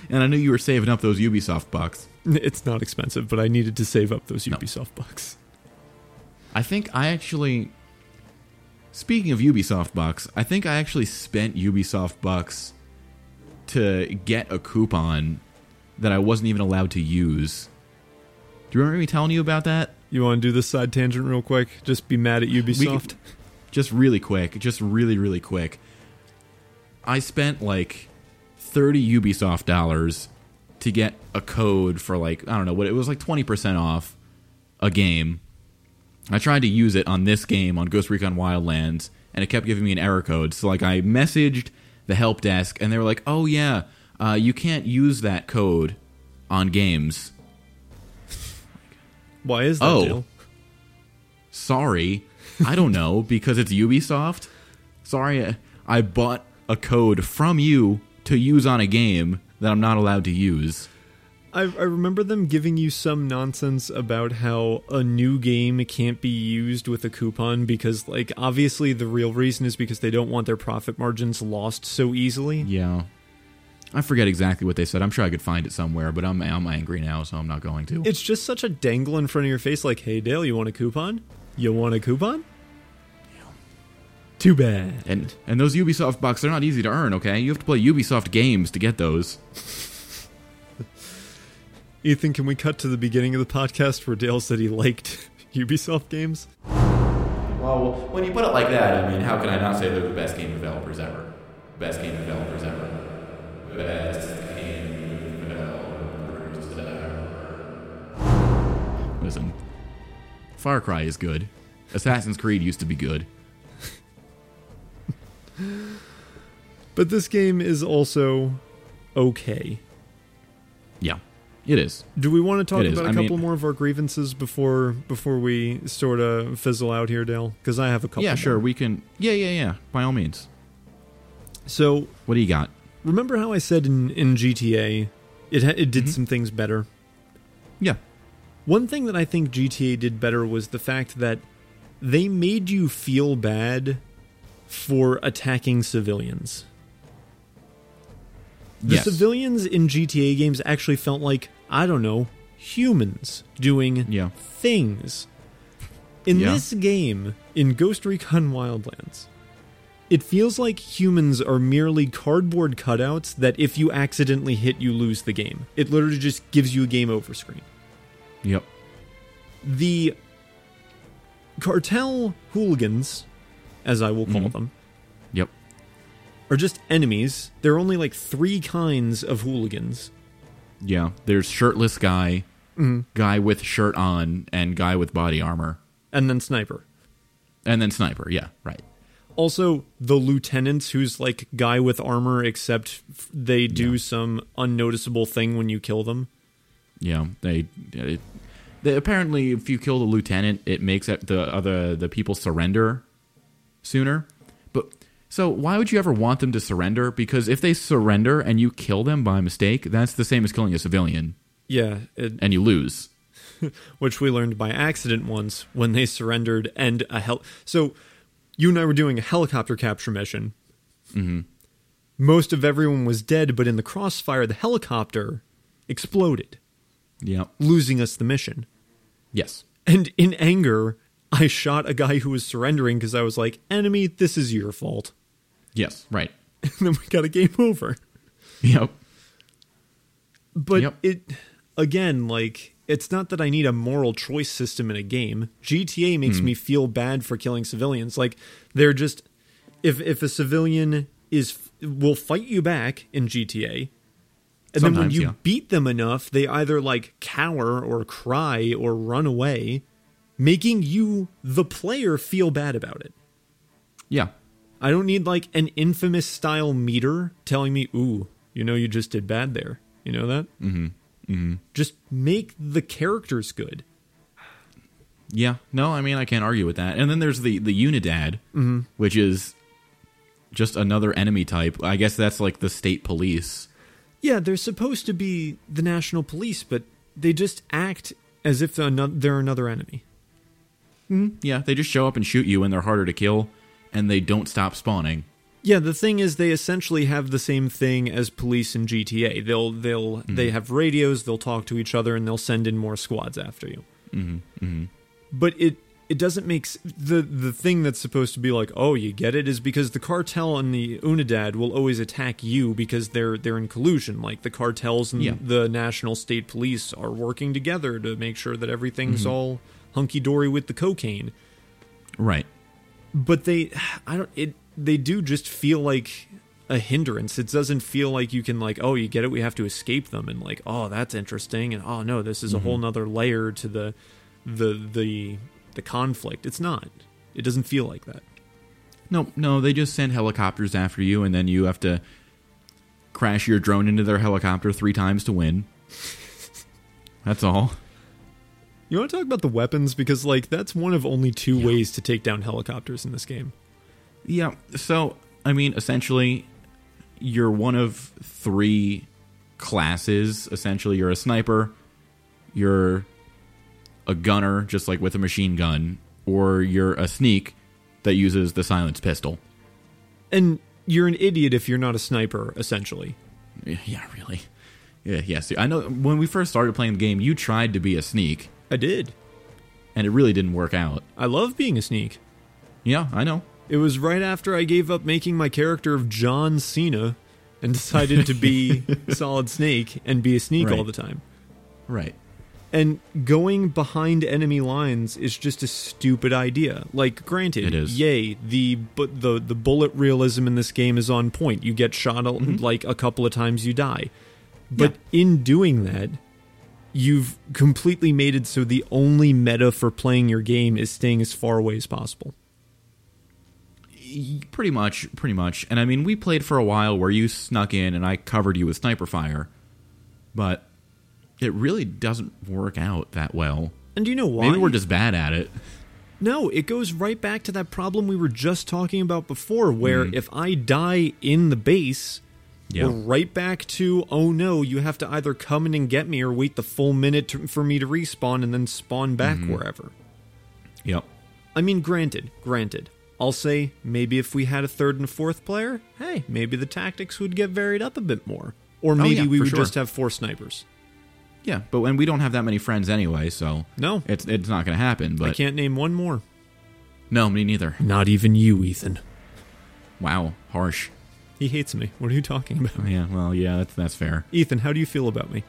[SPEAKER 2] And I knew you were saving up those Ubisoft bucks.
[SPEAKER 1] it's not expensive but I needed to save up those
[SPEAKER 2] No.
[SPEAKER 1] Ubisoft bucks
[SPEAKER 2] I think I actually. Speaking of Ubisoft bucks, I think I actually spent Ubisoft bucks to get a coupon that I wasn't even allowed to use. Do you remember me telling you about that?
[SPEAKER 1] You want to do this side tangent real quick? Just be mad at Ubisoft.
[SPEAKER 2] just really quick, just really, really quick. I spent like 30 Ubisoft dollars to get a code for like, I don't know what, it was like 20% off a game. I tried to use it on this game, on Ghost Recon Wildlands, and it kept giving me an error code. So, like, I messaged the help desk, and they were like, oh, yeah, uh, you can't use that code on games.
[SPEAKER 1] Why is that?
[SPEAKER 2] Oh.
[SPEAKER 1] Dale?
[SPEAKER 2] sorry i don't know because it's ubisoft sorry i bought a code from you to use on a game that i'm not allowed to use
[SPEAKER 1] I, I remember them giving you some nonsense about how a new game can't be used with a coupon because, like, obviously the real reason is because they don't want their profit margins lost so easily.
[SPEAKER 2] yeah i forget exactly what they said i'm sure i could find it somewhere but i'm, I'm angry now so i'm not going to
[SPEAKER 1] It's just such a dangle in front of your face, like, hey, Dale, you want a coupon? You want a coupon? Too bad.
[SPEAKER 2] and and those ubisoft bucks they're not easy to earn okay you have to play ubisoft games to get those
[SPEAKER 1] Ethan, can we cut to the beginning of the podcast where Dale said he liked [laughs] Ubisoft games?
[SPEAKER 2] well when you put it like that i mean how can i not say they're the best game developers ever best game developers ever best game developers ever listen far cry is good assassin's creed used to be good
[SPEAKER 1] But this game is also okay.
[SPEAKER 2] yeah it is
[SPEAKER 1] Do we want to talk
[SPEAKER 2] It is.
[SPEAKER 1] about a
[SPEAKER 2] I
[SPEAKER 1] couple
[SPEAKER 2] mean-
[SPEAKER 1] more of our grievances before before we sort of fizzle out here, Dale? Because I have a couple.
[SPEAKER 2] yeah sure
[SPEAKER 1] more.
[SPEAKER 2] we can yeah yeah yeah by all means
[SPEAKER 1] So
[SPEAKER 2] what do you got
[SPEAKER 1] remember how I said in in GTA, it ha- it did
[SPEAKER 2] Mm-hmm.
[SPEAKER 1] some things better.
[SPEAKER 2] yeah
[SPEAKER 1] One thing that I think GTA did better was the fact that they made you feel bad for attacking civilians. The
[SPEAKER 2] yes.
[SPEAKER 1] civilians in GTA games actually felt like, I don't know, humans doing
[SPEAKER 2] Yeah.
[SPEAKER 1] things. In
[SPEAKER 2] Yeah.
[SPEAKER 1] this game, in Ghost Recon Wildlands, it feels like humans are merely cardboard cutouts that if you accidentally hit, you lose the game. It literally just gives you a game over screen
[SPEAKER 2] yep
[SPEAKER 1] the cartel hooligans, as I will call them,
[SPEAKER 2] yep
[SPEAKER 1] are just enemies. There are only like three kinds of hooligans.
[SPEAKER 2] yeah there's shirtless guy guy with shirt on and guy with body armor
[SPEAKER 1] And then sniper.
[SPEAKER 2] and then sniper yeah right
[SPEAKER 1] Also, the lieutenants, who's like guy with armor, except f- they do some unnoticeable thing when you kill them.
[SPEAKER 2] Yeah, they, it, they apparently if you kill the lieutenant, it makes it the other the people surrender sooner. But so why would you ever want them to surrender? Because if they surrender and you kill them by mistake, that's the same as killing a civilian,
[SPEAKER 1] Yeah, it,
[SPEAKER 2] and you lose.
[SPEAKER 1] which we learned by accident once when they surrendered and a hel. So, you and I were doing a helicopter capture mission. Mm-hmm. Most of everyone was dead, but in the crossfire, the helicopter exploded,
[SPEAKER 2] Yeah.
[SPEAKER 1] losing us the mission.
[SPEAKER 2] Yes.
[SPEAKER 1] And in anger, I shot a guy who was surrendering because I was like, "Enemy, this is your fault." [laughs]
[SPEAKER 2] Yes. Right. [laughs]
[SPEAKER 1] And then we got a game over.
[SPEAKER 2] Yep.
[SPEAKER 1] But
[SPEAKER 2] Yep.
[SPEAKER 1] it again, like it's not that I need a moral choice system in a game. GTA
[SPEAKER 2] Hmm.
[SPEAKER 1] makes me feel bad for killing civilians. Like they're just if if a civilian is will fight you back in GTA. And then when
[SPEAKER 2] Sometimes,
[SPEAKER 1] you
[SPEAKER 2] yeah.
[SPEAKER 1] beat them enough, they either like cower or cry or run away, making you the player feel bad about it.
[SPEAKER 2] Yeah.
[SPEAKER 1] I don't need like an infamous style meter telling me, ooh, you know, you just did bad there. You know that? Mm hmm. Mm hmm. Just make the characters good.
[SPEAKER 2] Yeah. No, I mean I can't argue with that. And then there's the the Unidad, which is just another enemy type. I guess that's like the state police.
[SPEAKER 1] Yeah, they're supposed to be the national police, but they just act as if they're another, they're another enemy.
[SPEAKER 2] Yeah, they just show up and shoot you, and they're harder to kill, and they don't stop spawning.
[SPEAKER 1] Yeah, the thing is, they essentially have the same thing as police in GTA. They'll they'll they have radios. They'll talk to each other, and they'll send in more squads after you. Mm-hmm. But it it doesn't make s- the the thing that's supposed to be like oh you get it is because the cartel and the Unidad will always attack you because they're they're in collusion like the cartels and
[SPEAKER 2] Yeah.
[SPEAKER 1] the national state police are working together to make sure that everything's all hunky dory with the cocaine
[SPEAKER 2] Right.
[SPEAKER 1] but they I don't it they do just feel like a hindrance it doesn't feel like you can like oh you get it we have to escape them and like oh that's interesting and oh no this is a whole nother layer to the the the the conflict it's not it doesn't feel like that
[SPEAKER 2] No, no, they just send helicopters after you, and then you have to crash your drone into their helicopter three times to win. That's all.
[SPEAKER 1] you want to talk about the weapons because like that's one of only two ways to take down helicopters in this game
[SPEAKER 2] Yeah. So, I mean, essentially, you're one of three classes. Essentially, you're a sniper, you're a gunner, just like with a machine gun, or you're a sneak that uses the silenced pistol.
[SPEAKER 1] and you're an idiot if you're not a sniper essentially
[SPEAKER 2] Yeah, [laughs] really. Yeah, yes. I know when we first started playing the game, you tried to be a sneak,
[SPEAKER 1] i did
[SPEAKER 2] and it really didn't work out.
[SPEAKER 1] i love being a sneak
[SPEAKER 2] Yeah, I know.
[SPEAKER 1] It was right after I gave up making my character of John Cena and decided to
[SPEAKER 2] [laughs]
[SPEAKER 1] be Solid Snake and be a sneak all
[SPEAKER 2] Right.
[SPEAKER 1] the time.
[SPEAKER 2] Right.
[SPEAKER 1] And going behind enemy lines is just a stupid idea. Like, granted,
[SPEAKER 2] It is.
[SPEAKER 1] yay, the but the the bullet realism in this game is on point. You get shot a-
[SPEAKER 2] Mm-hmm.
[SPEAKER 1] like a couple of times, you die. But in doing that, you've completely made it so the only meta for playing your game is staying as far away as possible.
[SPEAKER 2] Pretty much, pretty much. And I mean, we played for a while where you snuck in and I covered you with sniper fire, but it really doesn't work out that well.
[SPEAKER 1] And do you know why?
[SPEAKER 2] Maybe we're just bad at it.
[SPEAKER 1] No, it goes right back to that problem we were just talking about before, where if I die in the base,
[SPEAKER 2] Yeah.
[SPEAKER 1] we're right back to oh no, you have to either come in and get me or wait the full minute to, for me to respawn and then spawn back wherever.
[SPEAKER 2] Yep.
[SPEAKER 1] I mean, granted, granted. I'll say maybe if we had a third and a fourth player, hey, maybe the tactics would get varied up a bit more, or maybe
[SPEAKER 2] yeah,
[SPEAKER 1] we
[SPEAKER 2] for
[SPEAKER 1] would
[SPEAKER 2] sure.
[SPEAKER 1] just have four snipers.
[SPEAKER 2] Yeah, but and we don't have that many friends anyway, so
[SPEAKER 1] No.
[SPEAKER 2] it's it's not going to happen.
[SPEAKER 1] I
[SPEAKER 2] But
[SPEAKER 1] can't name one more.
[SPEAKER 2] no, me neither.
[SPEAKER 1] Not even you, Ethan.
[SPEAKER 2] Wow, harsh.
[SPEAKER 1] He hates me. What are you talking about?
[SPEAKER 2] Yeah, well, yeah, that's that's fair.
[SPEAKER 1] Ethan, how do you feel about me?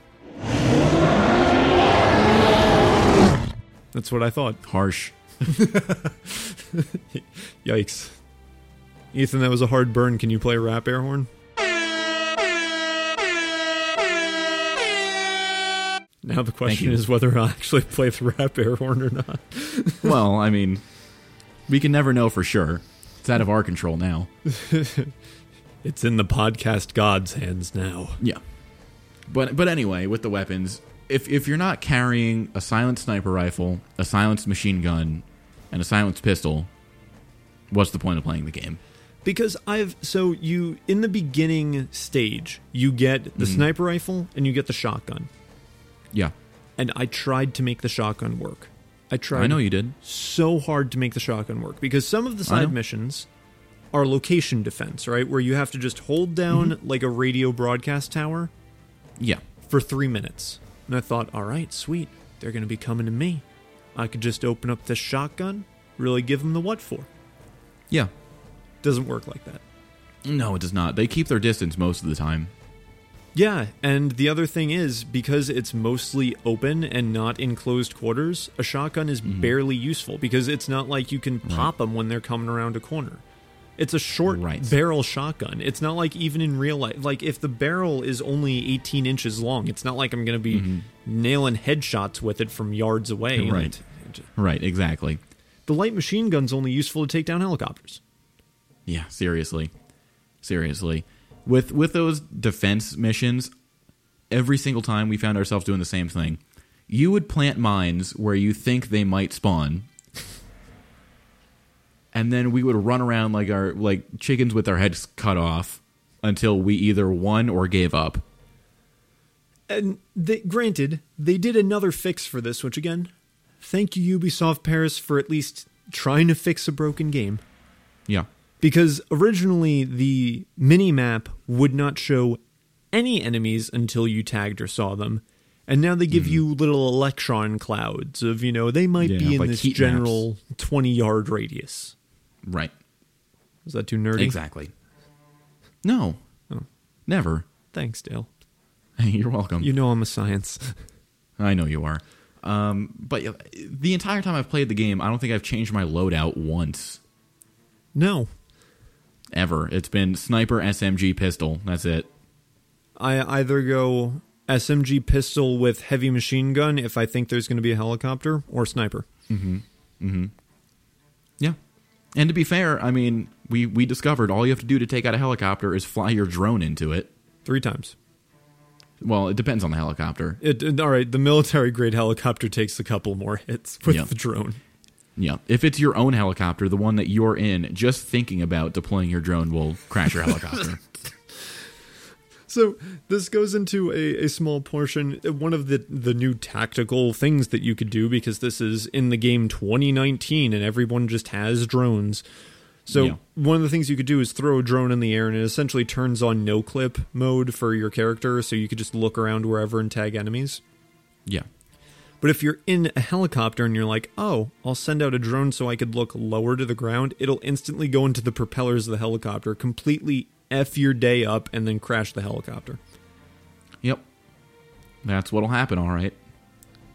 [SPEAKER 1] That's what I thought.
[SPEAKER 2] Harsh.
[SPEAKER 1] Yikes. Ethan, that was a hard burn. Can you play a rap air horn? Now the question
[SPEAKER 2] you.
[SPEAKER 1] is whether I'll actually play the rap air horn or not.
[SPEAKER 2] well, I mean, we can never know for sure. It's out of our control now.
[SPEAKER 1] It's in the podcast god's hands now.
[SPEAKER 2] Yeah. But but anyway, with the weapons, if if you're not carrying a silenced sniper rifle, a silenced machine gun, and a silenced pistol, what's the point of playing the game?
[SPEAKER 1] Because I've so you in the beginning stage, you get the sniper rifle and you get the shotgun.
[SPEAKER 2] Yeah.
[SPEAKER 1] And I tried to make the shotgun work. I tried
[SPEAKER 2] I know you did.
[SPEAKER 1] so hard to make the shotgun work because some of the
[SPEAKER 2] I
[SPEAKER 1] side
[SPEAKER 2] know.
[SPEAKER 1] missions are location defense, right? Where you have to just hold down
[SPEAKER 2] Mm-hmm.
[SPEAKER 1] like a radio broadcast tower
[SPEAKER 2] Yeah.
[SPEAKER 1] for three minutes. And I thought, all right, sweet. They're going to be coming to me. I could just open up this shotgun, really give them the what for.
[SPEAKER 2] Yeah.
[SPEAKER 1] Doesn't work like that.
[SPEAKER 2] No, it does not. They keep their distance most of the time.
[SPEAKER 1] Yeah, and the other thing is because it's mostly open and not in closed quarters, a shotgun is
[SPEAKER 2] Mm-hmm.
[SPEAKER 1] barely useful because it's not like you can pop them when they're coming around a corner. It's a short
[SPEAKER 2] Right.
[SPEAKER 1] barrel shotgun. It's not like even in real life, like if the barrel is only 18 inches long, it's not like I'm going to be
[SPEAKER 2] Mm-hmm.
[SPEAKER 1] nailing headshots with it from yards away.
[SPEAKER 2] Right.
[SPEAKER 1] And
[SPEAKER 2] Right, exactly.
[SPEAKER 1] The light machine gun's only useful to take down helicopters.
[SPEAKER 2] Yeah, seriously. Seriously. With with those defense missions, every single time we found ourselves doing the same thing. You would plant mines where you think they might spawn. and then we would run around like our like chickens with our heads cut off until we either won or gave up.
[SPEAKER 1] And they, granted, they did another fix for this, which again, thank you Ubisoft Paris for at least trying to fix a broken game.
[SPEAKER 2] Yeah.
[SPEAKER 1] Because originally the mini map would not show any enemies until you tagged or saw them, And now they give you little electron clouds of, you know, they might
[SPEAKER 2] Yeah,
[SPEAKER 1] be in
[SPEAKER 2] like
[SPEAKER 1] this
[SPEAKER 2] heat maps.
[SPEAKER 1] general 20 yard radius.
[SPEAKER 2] Right.
[SPEAKER 1] Is that too nerdy?
[SPEAKER 2] Exactly. No. Never. [laughs]
[SPEAKER 1] Thanks, Dale.
[SPEAKER 2] You're welcome.
[SPEAKER 1] You know I'm a science.
[SPEAKER 2] I know you are. Um, but uh, the entire time I've played the game, I don't think I've changed my loadout once
[SPEAKER 1] no.
[SPEAKER 2] ever. It's been sniper, SMG, pistol. That's it.
[SPEAKER 1] I either go SMG pistol with heavy machine gun if I think there's going to be a helicopter or sniper.
[SPEAKER 2] Yeah. And to be fair, I mean, we we discovered all you have to do to take out a helicopter is fly your drone into it.
[SPEAKER 1] Three times.
[SPEAKER 2] Well, it depends on the helicopter.
[SPEAKER 1] It, and all right, the military grade helicopter takes a couple more hits [laughs] with
[SPEAKER 2] Yeah.
[SPEAKER 1] the drone.
[SPEAKER 2] Yeah. If it's your own helicopter, the one that you're in, just thinking about deploying your drone will crash your helicopter.
[SPEAKER 1] So this goes into a, a small portion. One of the the new tactical things that you could do because this is in the game 2019 and everyone just has drones. So
[SPEAKER 2] Yeah.
[SPEAKER 1] one of the things you could do is throw a drone in the air and it essentially turns on no clip mode for your character, so you could just look around wherever and tag enemies.
[SPEAKER 2] Yeah.
[SPEAKER 1] But if you're in a helicopter and you're like, oh, I'll send out a drone so I could look lower to the ground, it'll instantly go into the propellers of the helicopter, completely F your day up, and then crash the helicopter.
[SPEAKER 2] Yep. That's what'll happen, all right.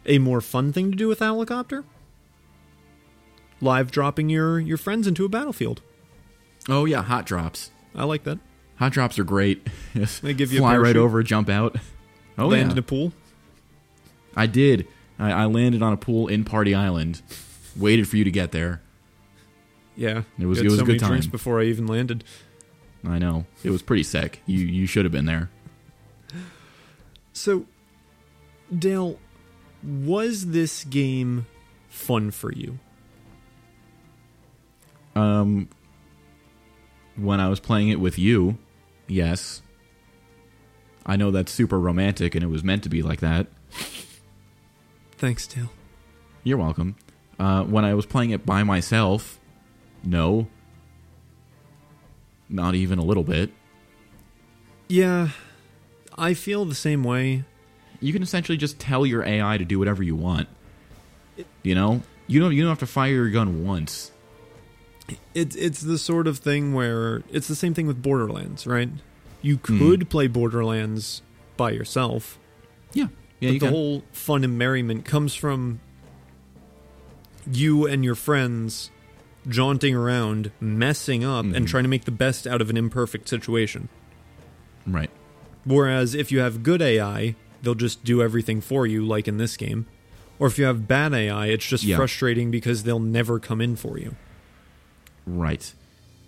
[SPEAKER 1] A more fun thing to do with a helicopter? Live dropping your, your friends into a battlefield.
[SPEAKER 2] Oh yeah, hot drops.
[SPEAKER 1] I like that.
[SPEAKER 2] Hot drops are great.
[SPEAKER 1] They give you a
[SPEAKER 2] fly right
[SPEAKER 1] parachute.
[SPEAKER 2] over, jump out. Oh
[SPEAKER 1] Land in
[SPEAKER 2] yeah,
[SPEAKER 1] a pool.
[SPEAKER 2] I did. I, I landed on a pool in Party Island. Waited for you to get there.
[SPEAKER 1] Yeah,
[SPEAKER 2] It was-
[SPEAKER 1] Got
[SPEAKER 2] it was
[SPEAKER 1] so
[SPEAKER 2] a good
[SPEAKER 1] many drinks
[SPEAKER 2] time.
[SPEAKER 1] before I even landed.
[SPEAKER 2] I know it was pretty sick. You you should have been there.
[SPEAKER 1] So, Dale, was this game fun for you?
[SPEAKER 2] When I was playing it with you, yes. I know that's super romantic, and it was meant to be like that.
[SPEAKER 1] Thanks, Dale.
[SPEAKER 2] You're welcome. Uh, when I was playing it by myself, no, not even a little bit.
[SPEAKER 1] Yeah, I feel the same way.
[SPEAKER 2] you can essentially just tell your AI to do whatever you want. You know, you don't you don't have to fire your gun once.
[SPEAKER 1] It's it's the sort of thing where it's the same thing with Borderlands, right? You could play Borderlands by yourself,
[SPEAKER 2] Hmm. Yeah,
[SPEAKER 1] but
[SPEAKER 2] yeah, you
[SPEAKER 1] the
[SPEAKER 2] can.
[SPEAKER 1] whole fun and merriment comes from you and your friends jaunting around, messing up,
[SPEAKER 2] Hmm.
[SPEAKER 1] and trying to make the best out of an imperfect situation.
[SPEAKER 2] right.
[SPEAKER 1] Whereas if you have good AI, they'll just do everything for you, like in this game. Or if you have bad AI, it's just
[SPEAKER 2] Yeah.
[SPEAKER 1] frustrating because they'll never come in for you.
[SPEAKER 2] Right.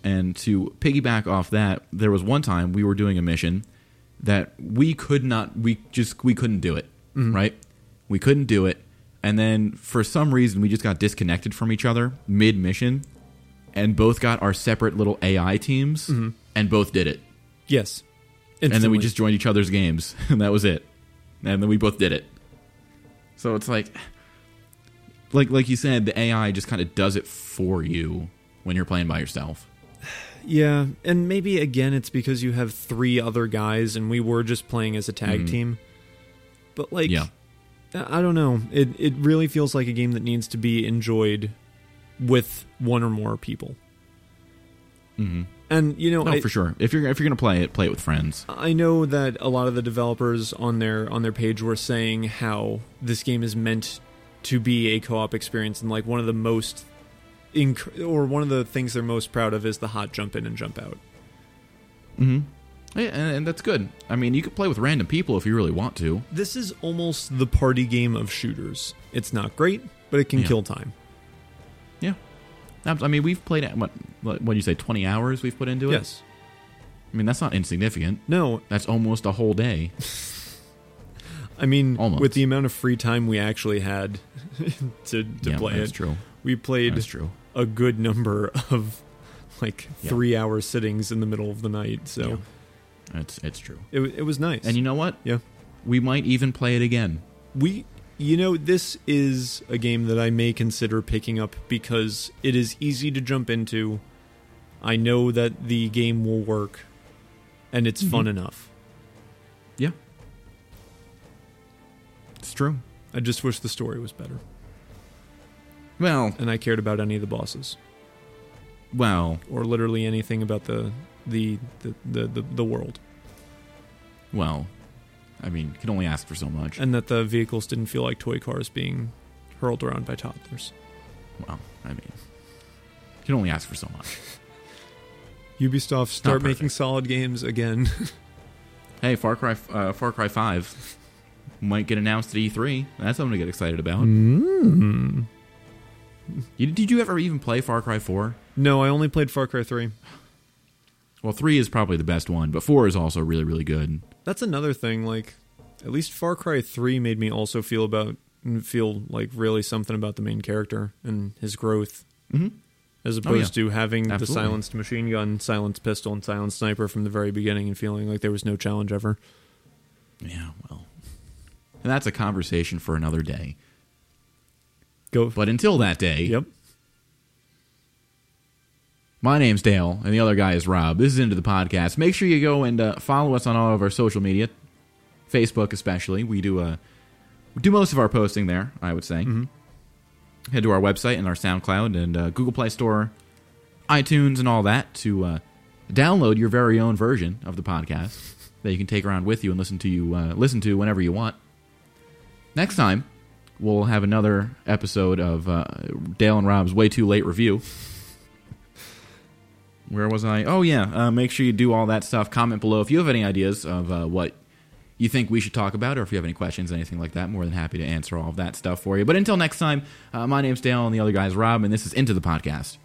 [SPEAKER 2] And to piggyback off that, there was one time we were doing a mission that we could not we just we couldn't do it.
[SPEAKER 1] Mm-hmm.
[SPEAKER 2] Right? We couldn't do it. And then for some reason we just got disconnected from each other mid mission and both got our separate little AI teams
[SPEAKER 1] Mm-hmm.
[SPEAKER 2] and both did it.
[SPEAKER 1] Yes.
[SPEAKER 2] and then we
[SPEAKER 1] Instantly.
[SPEAKER 2] just joined each other's games, [laughs] and that was it. And then we both did it. So it's like, like like you said, the AI just kind of does it for you when you're playing by yourself.
[SPEAKER 1] Yeah, and maybe again it's because you have three other guys and we were just playing as a tag team. But like
[SPEAKER 2] Mm-hmm. Yeah.
[SPEAKER 1] I I don't know. It it really feels like a game that needs to be enjoyed with one or more people. Mm-hmm. And you know,
[SPEAKER 2] No,
[SPEAKER 1] I,
[SPEAKER 2] for sure. If you're if you're gonna play it, play it with friends.
[SPEAKER 1] I know that a lot of the developers on their on their page were saying how this game is meant to be a co-op experience, and like one of the most, inc- or one of the things they're most proud of is the hot jump in and jump out.
[SPEAKER 2] Yeah, and, and that's good. I mean, you could play with random people if you really want to.
[SPEAKER 1] This is almost the party game of shooters. It's not great, but it can
[SPEAKER 2] Yeah.
[SPEAKER 1] kill time.
[SPEAKER 2] Yeah. Ab- I mean, we've played it. What what do you say? Twenty hours we've put into it.
[SPEAKER 1] Yes.
[SPEAKER 2] I mean, that's not insignificant.
[SPEAKER 1] No,
[SPEAKER 2] That's almost a whole day.
[SPEAKER 1] I mean,
[SPEAKER 2] Almost.
[SPEAKER 1] with the amount of free time we actually had [laughs] to, [laughs] to
[SPEAKER 2] yeah,
[SPEAKER 1] play
[SPEAKER 2] that's
[SPEAKER 1] it,
[SPEAKER 2] true.
[SPEAKER 1] we played
[SPEAKER 2] That's true.
[SPEAKER 1] a good number of like
[SPEAKER 2] Yeah.
[SPEAKER 1] three hour sittings in the middle of the night. So
[SPEAKER 2] Yeah. It's it's true.
[SPEAKER 1] it, wa- it was nice.
[SPEAKER 2] And you know what?
[SPEAKER 1] yeah.
[SPEAKER 2] We might even play it again.
[SPEAKER 1] We, you know, this is a game that I may consider picking up because it is easy to jump into. I know that the game will work,
[SPEAKER 2] Mm-hmm.
[SPEAKER 1] and it's fun enough.
[SPEAKER 2] Yeah. true.
[SPEAKER 1] I just wish the story was better
[SPEAKER 2] Well,
[SPEAKER 1] and I cared about any of the bosses
[SPEAKER 2] well,
[SPEAKER 1] or literally anything about the the the the, the, the world
[SPEAKER 2] well. I mean, you can only ask for so much.
[SPEAKER 1] and that the vehicles didn't feel like toy cars being hurled around by toddlers.
[SPEAKER 2] Well, I mean, you can only ask for so much.
[SPEAKER 1] Ubisoft start
[SPEAKER 2] perfect.
[SPEAKER 1] making solid games again.
[SPEAKER 2] Hey, Far Cry, uh, Far Cry Five might get announced at E3. That's something to get excited about.
[SPEAKER 1] Mm.
[SPEAKER 2] You, did you ever even play Far Cry Four?
[SPEAKER 1] [laughs] no, I only played Far Cry 3.
[SPEAKER 2] Well, three is probably the best one, but four is also really, really good.
[SPEAKER 1] That's another thing like at least Far Cry 3 made me also feel about feel like really something about the main character and his growth. As opposed to having the
[SPEAKER 2] Absolutely.
[SPEAKER 1] silenced machine gun, silenced pistol, and silenced sniper from the very beginning and feeling like there was no challenge ever.
[SPEAKER 2] Yeah, well, and that's a conversation for another day.
[SPEAKER 1] Go.
[SPEAKER 2] But until that day,
[SPEAKER 1] yep.
[SPEAKER 2] My name's Dale, and the other guy is Rob. This is Into the Podcast. Make sure you go and uh, follow us on all of our social media, Facebook especially. We do uh, we do most of our posting there, I would say. Head to our website and our SoundCloud and uh, Google Play Store, iTunes, and all that to uh, download your very own version of the podcast that you can take around with you and listen to you uh, listen to whenever you want. Next time, we'll have another episode of uh, Dale and Rob's Way Too Late Review. Where was I? Oh yeah, uh, make sure you do all that stuff. Comment below if you have any ideas of uh, what you think we should talk about, or if you have any questions, anything like that. More than happy to answer all of that stuff for you. But until next time, uh, my name's Dale, and the other guy's Rob, and this is Into the Podcast.